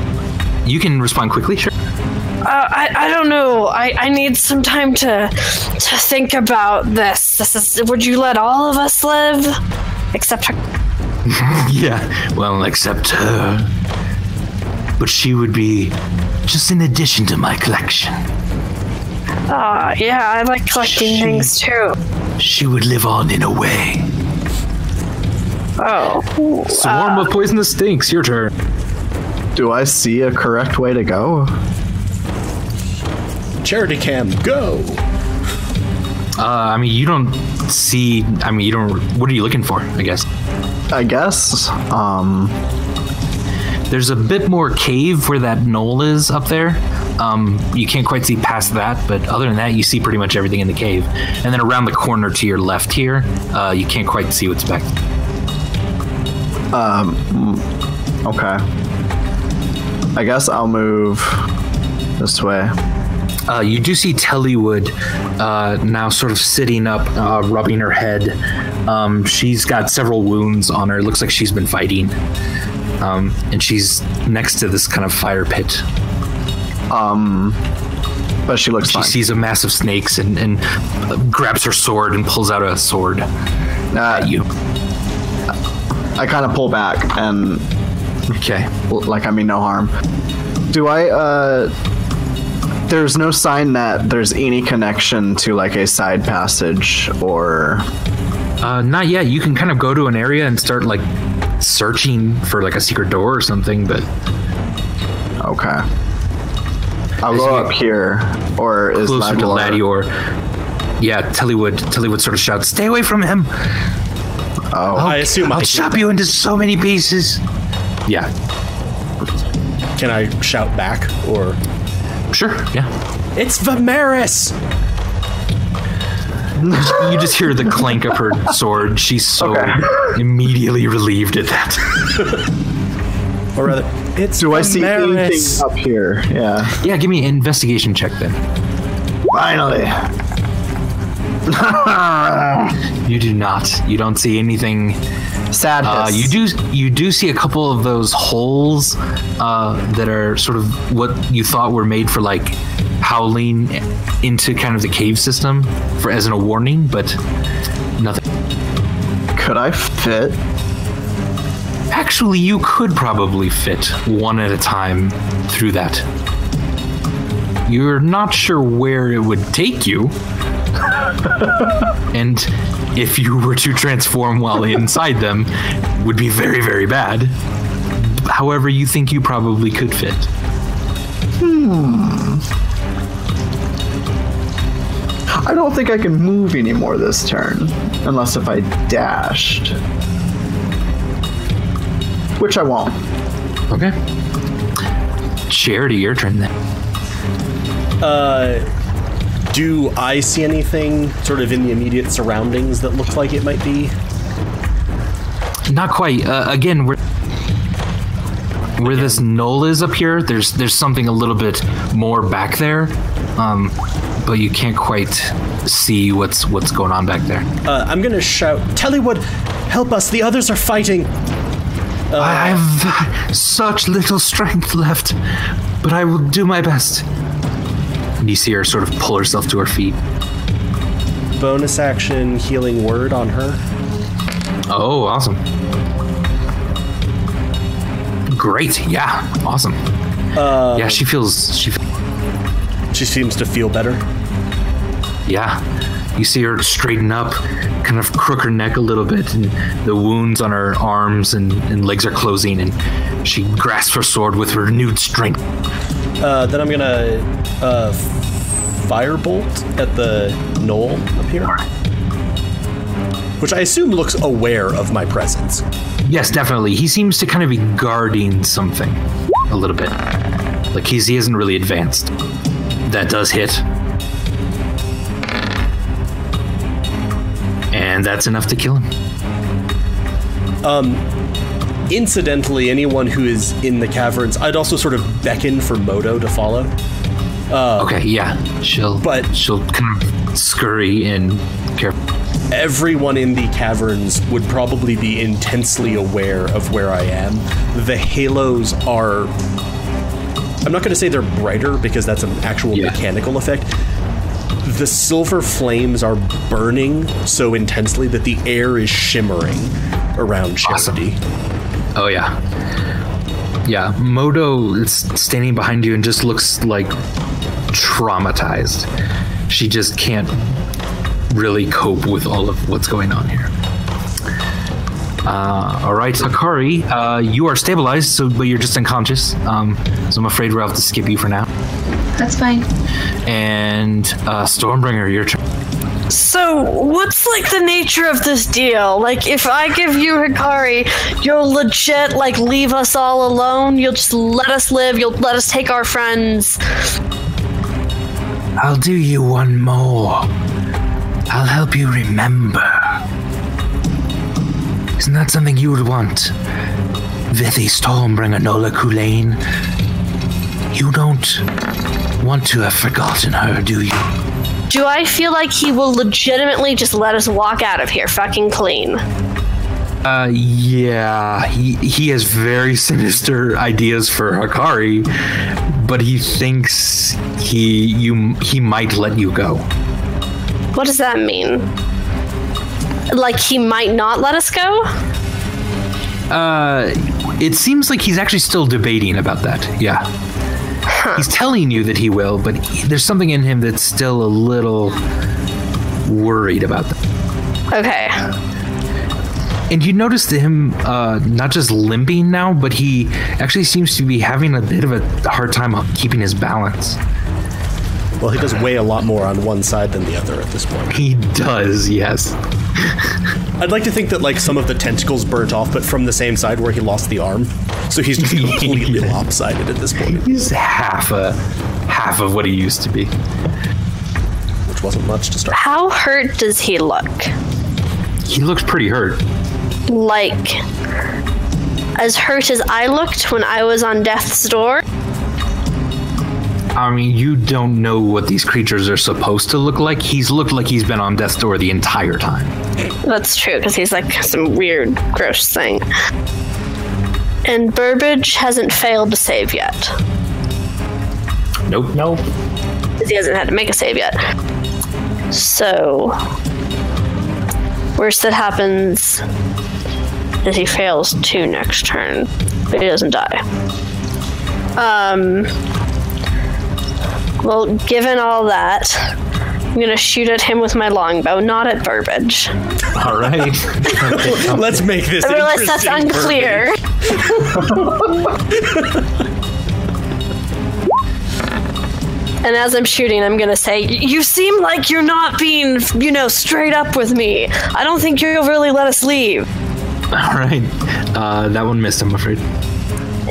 S2: You can respond quickly, sure.
S4: Uh, I, I don't know. I, I need some time to to think about this. This is. Would you let all of us live? Except uh, her.
S2: <laughs> Yeah. Well, except her. But she would be just an addition to my collection.
S4: Uh, yeah, I like collecting
S2: She-
S4: things too.
S2: She would live on in a way.
S4: Oh.
S2: Swarm of poisonous stinks. Your turn.
S5: Do I see a correct way to go?
S1: charity cam, go.
S2: Uh, I mean, you don't see. I mean, you don't. What are you looking for? I guess
S5: I guess. Um,
S2: there's a bit more cave where that knoll is up there. Um, you can't quite see past that, but other than that, you see pretty much everything in the cave. And then around the corner to your left here, uh, you can't quite see what's back.
S5: okay. I guess I'll move this way.
S2: Uh, you do see Tellywood uh, now sort of sitting up, uh, rubbing her head. Um, she's got several wounds on her. It looks like she's been fighting. Um, and she's next to this kind of fire pit.
S5: Um, but she looks
S2: She
S5: fine.
S2: sees a mass of snakes and, and uh, grabs her sword and pulls out a sword at
S5: uh,
S2: you.
S5: I kind of pull back and
S2: Okay.
S5: Well, like I mean no harm. Do I uh there's no sign that there's any connection to like a side passage or
S2: Uh, not yet. You can kind of go to an area and start like searching for like a secret door or something, but
S5: okay. I'll go up here or is
S2: closer to
S5: Lador-
S2: Ladior. Yeah, Tullywood. Tullywood sort of shouts, "Stay away from him!
S5: Oh,
S1: I assume I
S2: I'll chop you into so many pieces." Yeah.
S1: can I shout back or
S2: Sure. Yeah.
S1: It's Vimeris!
S2: You just hear the clank of her sword. She's so immediately relieved at that.
S1: Or rather, it's
S5: Do I see
S1: Vimeris.
S5: anything up here? Yeah.
S2: yeah, give me an investigation check then.
S5: Finally.
S2: You do not. You don't see anything
S5: Sad
S2: Uh,
S5: hiss.
S2: you do you do see a couple of those holes uh, that are sort of what you thought were made for like howling into kind of the cave system for as in a warning, but nothing.
S5: Could I fit?
S2: Actually, you could probably fit one at a time through that. You're not sure where it would take you, <laughs> and if you were to transform while inside them, would be very very bad. However, you think you probably could fit.
S5: I don't think I can move anymore this turn. Unless if I dashed. Which I won't.
S2: Okay. Charity, your turn then.
S1: Uh, do I see anything sort of in the immediate surroundings that looks like it might be?
S2: Not quite. Uh, again, we're. Where this knoll is up here, there's there's something a little bit more back there, um, but you can't quite see what's what's going on back there.
S1: Uh, I'm gonna shout, Tellywood, help us! The others are fighting!
S2: I have such little strength left, but I will do my best. And you see her sort of pull herself to her feet.
S1: Bonus action healing word on her.
S2: Oh, awesome! Great, yeah, awesome. yeah, she feels she.
S1: She seems to feel better.
S2: Yeah. You see her straighten up, kind of crook her neck a little bit, and the wounds on her arms and, and legs are closing, and she grasps her sword with renewed strength.
S1: Uh, then I'm gonna uh, firebolt at the knoll up here, which I assume looks aware of my presence.
S2: Yes, definitely. He seems to kind of be guarding something a little bit. Like he's, he isn't really advanced. That does hit. And that's enough to kill him.
S1: Incidentally, anyone who is in the caverns, I'd also sort of beckon for Moto to follow.
S2: Okay, yeah. She'll
S1: But-
S2: she'll kind of scurry and careful.
S1: Everyone in the caverns would probably be intensely aware of where I am. The halos are. I'm not going to say they're brighter because that's an actual
S2: Yeah.
S1: mechanical effect. The silver flames are burning so intensely that the air is shimmering around
S2: Awesome.
S1: Charity.
S2: Oh yeah. Yeah, Modo is standing behind you and just looks like traumatized. She just can't really cope with all of what's going on here. Uh, all right, Akari, uh, you are stabilized, so but you're just unconscious. Um, so I'm afraid we'll have to skip you for now.
S6: That's fine.
S2: And uh, Stormbringer, your turn.
S4: So, what's like the nature of this deal? Like, if I give you Hikari, you'll legit like leave us all alone. You'll just let us live. You'll let us take our friends.
S2: I'll do you one more. I'll help you remember. Isn't that something you would want? Vithi Stormbringer Nola Kulain. You don't want to have forgotten her, do you?
S4: Do I feel like he will legitimately just let us walk out of here fucking clean?
S2: Uh, yeah, he, he has very sinister ideas for Hakari, but he thinks he you he might let you go.
S4: What does that mean? Like he might not let us go?
S2: Uh, it seems like he's actually still debating about that. Yeah, he's telling you that he will, but he- there's something in him that's still a little worried about that.
S4: Okay.
S2: And you notice that him uh, not just limping now, but he actually seems to be having a bit of a hard time keeping his balance.
S1: Well, he does weigh a lot more on one side than the other at this point.
S2: He does, yes.
S1: I'd like to think that like some of the tentacles burnt off, but from the same side where he lost the arm, so he's
S2: <laughs>
S1: just completely lopsided at this point,
S2: He's half a half of what he used to be.
S1: which wasn't much to start.
S4: How hurt does he look?
S2: He looks pretty hurt.
S4: Like as hurt as I looked when I was on death's door?
S2: I mean, you don't know what these creatures are supposed to look like. He's looked like he's been on death's door the entire time.
S4: That's true, because he's like some weird, gross thing. And Burbage hasn't failed to save yet.
S2: Nope.
S3: Nope.
S4: 'cause he hasn't had to make a save yet. So, worst that happens is he fails two next turn, but he doesn't die. Um. Well, given all that, I'm gonna shoot at him with my longbow, not at Burbage.
S2: <laughs> All right.
S1: Let's make this.
S4: I realize that's
S1: interesting, Burbank.
S4: unclear. <laughs> and as I'm shooting, I'm gonna say, "You seem like you're not being, you know, straight up with me. I don't think you'll really let us leave."
S2: All right. Uh, that one missed, I'm afraid.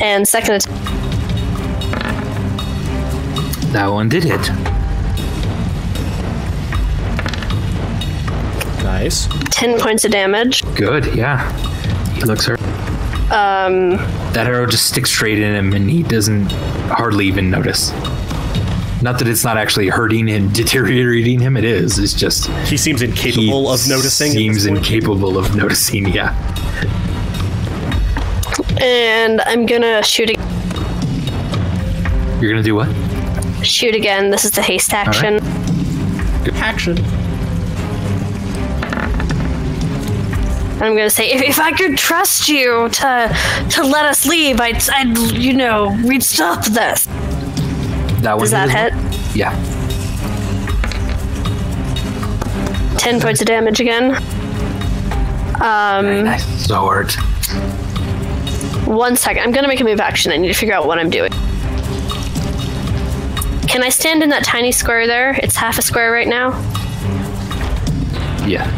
S4: And second, att-
S2: That one did hit.
S1: Nice.
S4: ten points of damage.
S2: Good, yeah. He looks hurt.
S4: Um,
S2: That arrow just sticks straight in him, and he doesn't hardly even notice. Not that it's not actually hurting him, <laughs> deteriorating him. It is. It's just
S1: He seems
S2: he
S1: incapable of noticing. at this
S2: Seems
S1: point.
S2: incapable of <laughs> noticing. Yeah.
S4: and I'm gonna shoot ag-
S2: You're gonna do what?
S4: shoot again. This is the haste action.
S1: action.
S4: I'm gonna say, if, if I could trust you to to let us leave, I'd, I'd you know, we'd stop this.
S2: That one.
S4: Does that
S2: as
S4: hit?
S2: well? Yeah.
S4: Ten points of damage again. Um,
S2: Nice. So hurt.
S4: one second. I'm gonna make a move action. I need to figure out what I'm doing. Can I stand in that tiny square there? It's half a square right now,
S2: Yeah.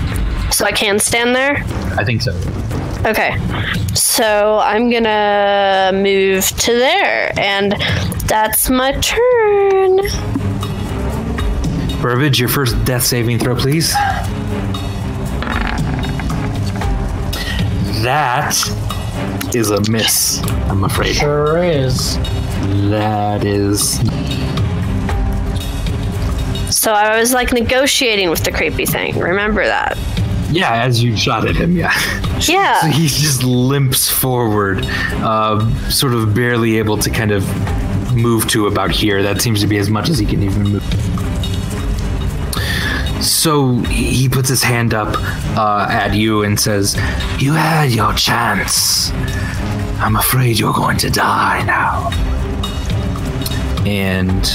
S4: so I can stand there.
S2: I think so.
S4: Okay. So I'm gonna move to there, and that's my turn.
S2: Burbage, your first death saving throw, please. That is a miss. I'm afraid.
S3: Sure is.
S2: That is
S4: So I was like negotiating with the creepy thing. Remember that?
S2: Yeah, as you shot at him, yeah. So <laughs>
S4: Yeah.
S2: he just limps forward, uh, sort of barely able to kind of move to about here. That seems to be as much as he can even move. So he puts his hand up uh, at you and says, You had your chance. I'm afraid you're going to die now. And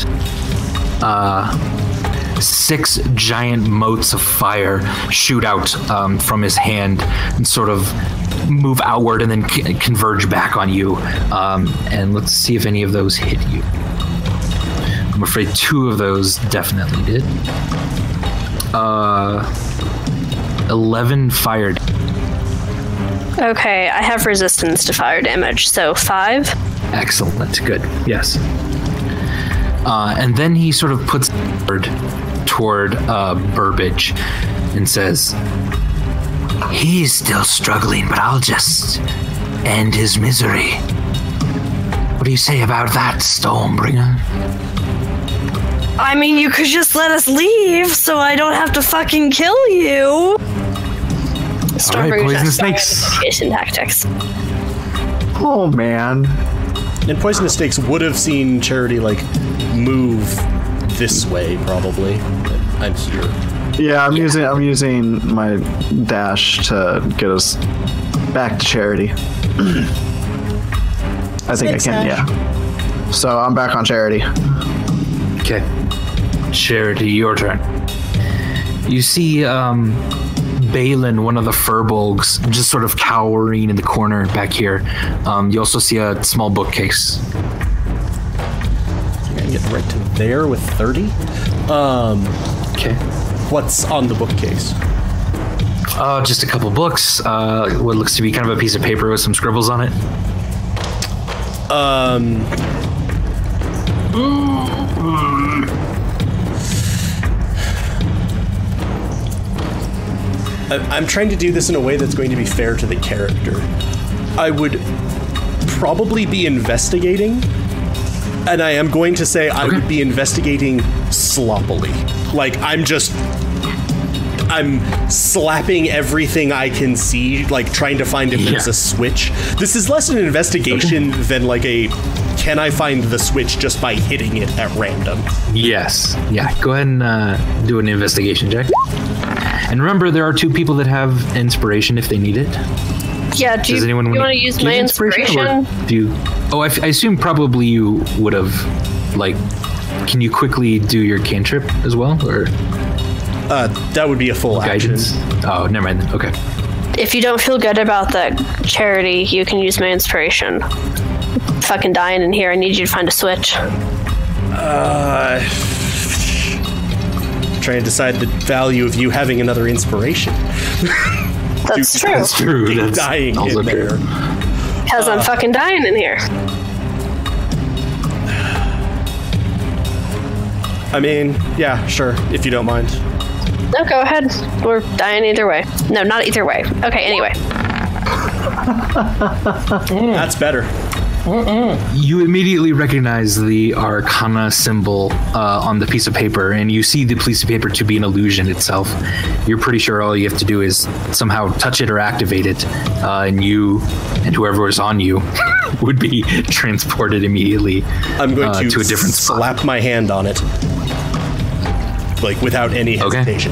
S2: six giant motes of fire shoot out um, from his hand and sort of move outward and then c- converge back on you. Um, and let's see if any of those hit you. I'm afraid two of those definitely did. Uh, 11 fired.
S4: Okay. I have resistance to fire damage, so five.
S2: Excellent. Good. Yes. Uh, and then he sort of puts toward, toward uh, Burbage and says, He's still struggling, but I'll just end his misery. What do you say about that, Stormbringer?
S4: I mean, you could just let us leave so I don't have to fucking kill you.
S2: All right,
S4: Stormbringer's
S2: poison
S4: not strong at
S2: snakes.
S4: negotiation tactics.
S5: Oh man.
S1: And poisonous snakes would have seen Charity like move this way, probably. But I'm here.
S5: Yeah, I'm using I'm using my dash to get us back to charity. <clears throat> I think I can, yeah. So I'm back on charity.
S8: Okay.
S2: Charity, your turn.
S8: You see, um,
S2: Balin, one of the furbolgs, just sort of cowering in the corner back here. Um, you also see a small bookcase.
S1: I gotta get right to there with 30. Um,
S8: okay.
S1: what's on the bookcase?
S2: Uh, just a couple books. Uh, what looks to be kind of a piece of paper with some scribbles on it.
S1: Um. I- I'm trying to do this in a way that's going to be fair to the character. I would probably be investigating, and I am going to say I would be investigating sloppily. Like, I'm just. I'm slapping everything I can see, like trying to find if there's
S2: Yeah.
S1: a switch. This is less an investigation than like a can I find the switch just by hitting it at random.
S2: Yes. Yeah. Go ahead and uh, do an investigation check. And remember, there are two people that have inspiration if they need it.
S4: Yeah, do
S2: Does
S4: you,
S2: anyone
S4: you
S2: wanna
S4: want to use
S2: use
S4: my
S2: or
S4: inspiration?
S2: Do you? Oh, I, f- I assume probably you would have. Like, can you quickly do your cantrip as well, or
S1: Uh, that would be a full action.
S2: guidance? Oh, never mind. then. Okay.
S4: If you don't feel good about that charity, you can use my inspiration. Fucking dying in here. I need you to find a switch.
S1: Uh, trying to decide the value of you having another inspiration.
S4: That's true.
S2: That's
S1: <laughs>
S2: true. That's
S1: Oh, dying
S2: also
S1: in
S2: true.
S1: there.
S4: Because I'm fucking dying in here.
S1: I mean, yeah, sure, if you don't mind.
S4: No, go ahead. We're dying either way. No, not either way. Okay, anyway.
S1: That's better.
S2: You immediately recognize the Arcana symbol uh, on the piece of paper, and you see the piece of paper to be an illusion itself. You're pretty sure all you have to do is somehow touch it or activate it, uh, and you and whoever is on you <laughs> would be transported immediately
S1: I'm going
S2: uh,
S1: to,
S2: to a different spot.
S1: slap my hand on it. Like, without any
S2: Okay.
S1: hesitation.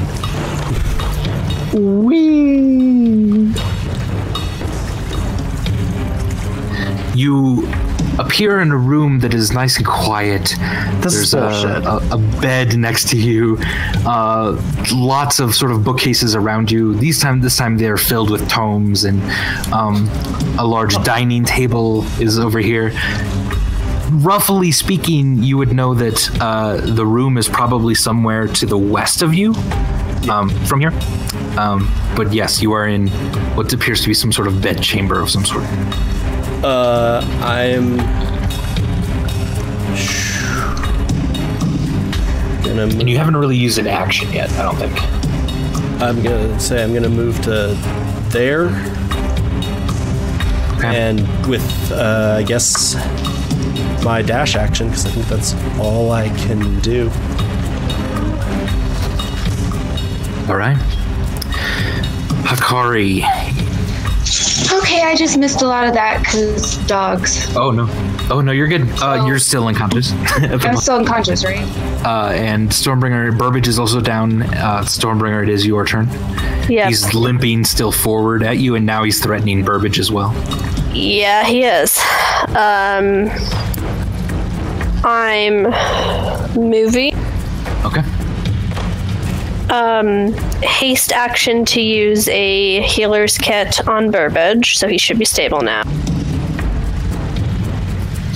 S2: You appear in a room that is nice and quiet.
S5: This is
S2: There's a,
S5: bullshit.
S2: a, a bed next to you. Uh, lots of sort of bookcases around you. These time, this time they're filled with tomes, and um, a large
S5: Oh.
S2: dining table is over here. Roughly speaking, you would know that uh, the room is probably somewhere to the west of you um, from here. Um, but yes, you are in what appears to be some sort of bed chamber of some sort.
S1: Uh, I'm gonna.
S2: And
S1: Move,
S2: you haven't really used an action yet, I don't think.
S1: I'm gonna say I'm gonna move to there, and with uh, I guess my dash action because I think that's all I can do.
S2: All right. Hakari.
S6: Okay, I just missed a lot of that because dogs.
S2: Oh no. Oh no, you're good. Uh, you're still unconscious.
S6: I'm still unconscious, right?
S2: uh, and Stormbringer Burbage is also down. Uh, Stormbringer, it is your turn.
S4: Yeah.
S2: He's limping still forward at you, and now he's threatening Burbage as well.
S4: Yeah, he is. Um, I'm moving.
S2: Okay.
S4: Um, Haste action to use a healer's kit on Burbage, so he should be stable now.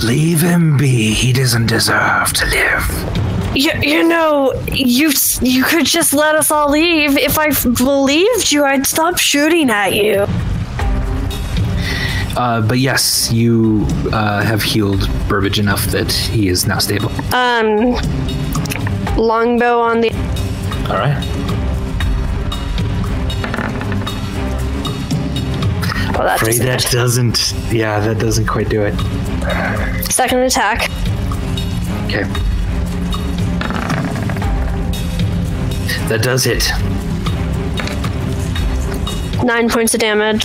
S2: Leave him be. He doesn't deserve to live.
S4: You, you know, you you could just let us all leave. If I believed you, I'd stop shooting at you.
S2: Uh, but yes, you uh, have healed Burbage enough that he is now stable.
S4: Um, longbow on the oh,
S2: All right.
S4: well, that's
S2: Pray that doesn't. Yeah, that doesn't quite do it.
S4: second attack.
S2: Okay. That does hit.
S4: Nine points of damage.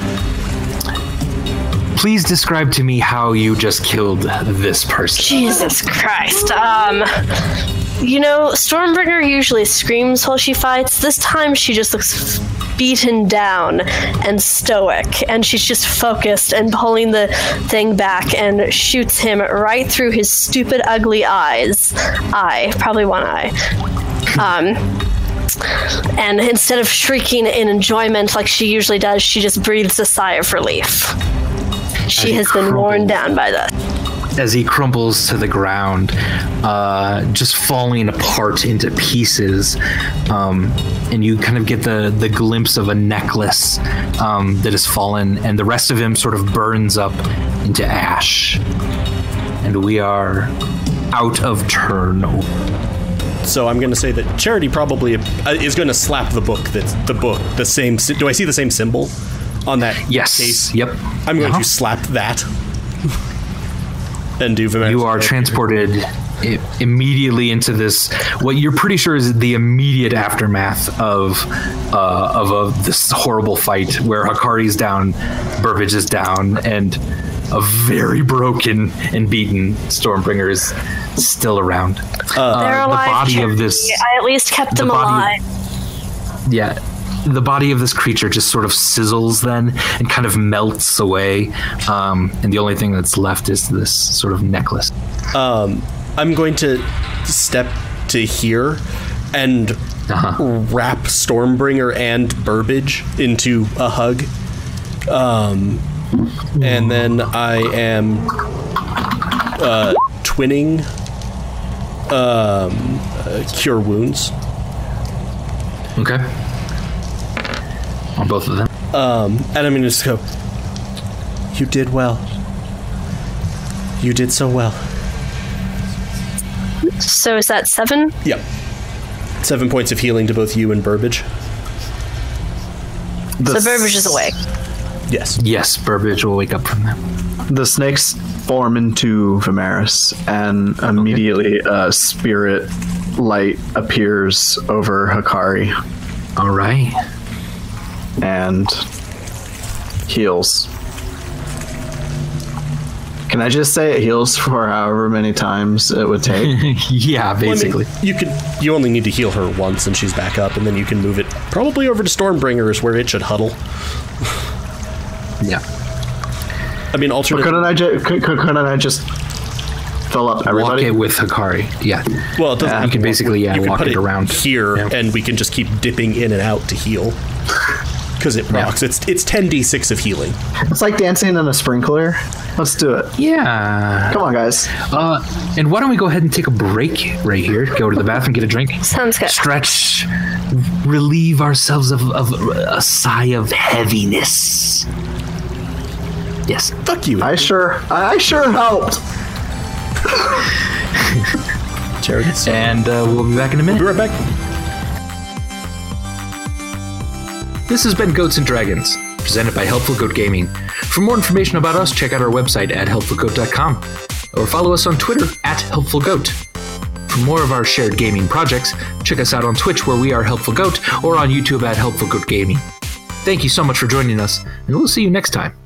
S2: Please describe to me how you just killed this person.
S4: Jesus Christ. Um, you know, Stormbringer usually screams while she fights. This time she just looks beaten down and stoic, and she's just focused and pulling the thing back and shoots him right through his stupid, ugly eyes. Eye, probably one eye. Um, and instead of shrieking in enjoyment like she usually does, she just breathes a sigh of relief. She
S2: And
S4: has been worn
S2: crumbles.
S4: down by this.
S2: as he crumples to the ground, uh, just falling apart into pieces. Um, and you kind of get the, the glimpse of a necklace um, that has fallen, and the rest of him sort of burns up into ash. And we are out of turn.
S1: So I'm going to say that Charity probably uh, is going to slap the book. That's the book. The same. sy- Do I see the same symbol on that
S2: Yes.
S1: case?
S2: Yep.
S1: I'm going
S2: Uh-huh.
S1: to slap that. and do Vimerick's
S2: You are
S1: book.
S2: transported i- immediately into this. What you're pretty sure is the immediate aftermath of uh, of a, this horrible fight, where Hakari's down, Burbage is down, and a very broken and beaten Stormbringer is still around.
S4: They're
S2: the
S4: alive.
S2: body of
S4: Charity.
S2: this-
S4: I at least kept them
S2: body-
S4: alive.
S2: Yeah. The body of this creature just sort of sizzles then and kind of melts away. Um, and the only thing that's left is this sort of necklace.
S1: I'm going to step to here and
S2: Uh-huh.
S1: wrap Stormbringer and Burbage into a hug. Um, and then I am uh, twinning um, uh, Cure Wounds.
S2: Okay. On both of them.
S1: And I'm going to just go, You did well. You did so well.
S4: So is that seven?
S1: Yep. Seven points of healing to both you and Burbage.
S5: The,
S4: The Burbage is awake.
S1: Yes.
S2: Yes, Burbage will wake up from that.
S5: The snakes form into Vimeris, and immediately a spirit light appears over Hakari
S2: All right. <laughs>
S5: and heals. Can I just say it heals for however many times it would
S2: <laughs>
S5: take?
S2: yeah,
S1: Well, I mean,
S2: basically.
S1: you could you only need to heal her once and she's back up and then you can move it probably over to Stormbringers where it should huddle.
S2: yeah.
S1: I mean alternate
S5: couldn't I just could, could, couldn't I just fill up
S2: Walk
S5: everybody?
S2: it with Hikari. Yeah.
S1: well it doesn't have
S2: you
S1: to
S2: can
S1: walk-
S2: basically, yeah,
S1: you can
S2: walk
S1: put
S2: it around.
S1: here
S2: Yeah.
S1: and we can just keep dipping in and out to
S2: <laughs>
S1: heal. Cuz it procs. It's it's 10d6 of healing.
S5: It's like dancing in a sprinkler. Let's do it.
S2: Yeah.
S5: Come on, guys.
S2: Uh, and why don't we go ahead and take a break right here? Go to the bathroom, get a drink.
S4: Sounds good.
S2: Stretch, relieve ourselves of, of a sigh of heaviness. Yes.
S1: Fuck you.
S5: I sure, I sure helped.
S1: Charity.
S2: And uh, we'll be back in a minute.
S1: Be right back.
S2: This has been Goats and Dragons, presented by Helpful Goat Gaming. For more information about us, check out our website at helpfulgoat.com or follow us on Twitter at helpfulgoat. For more of our shared gaming projects, check us out on Twitch where we are Helpful Goat or on YouTube at Helpful Goat Gaming. Thank you so much for joining us, and we'll see you next time.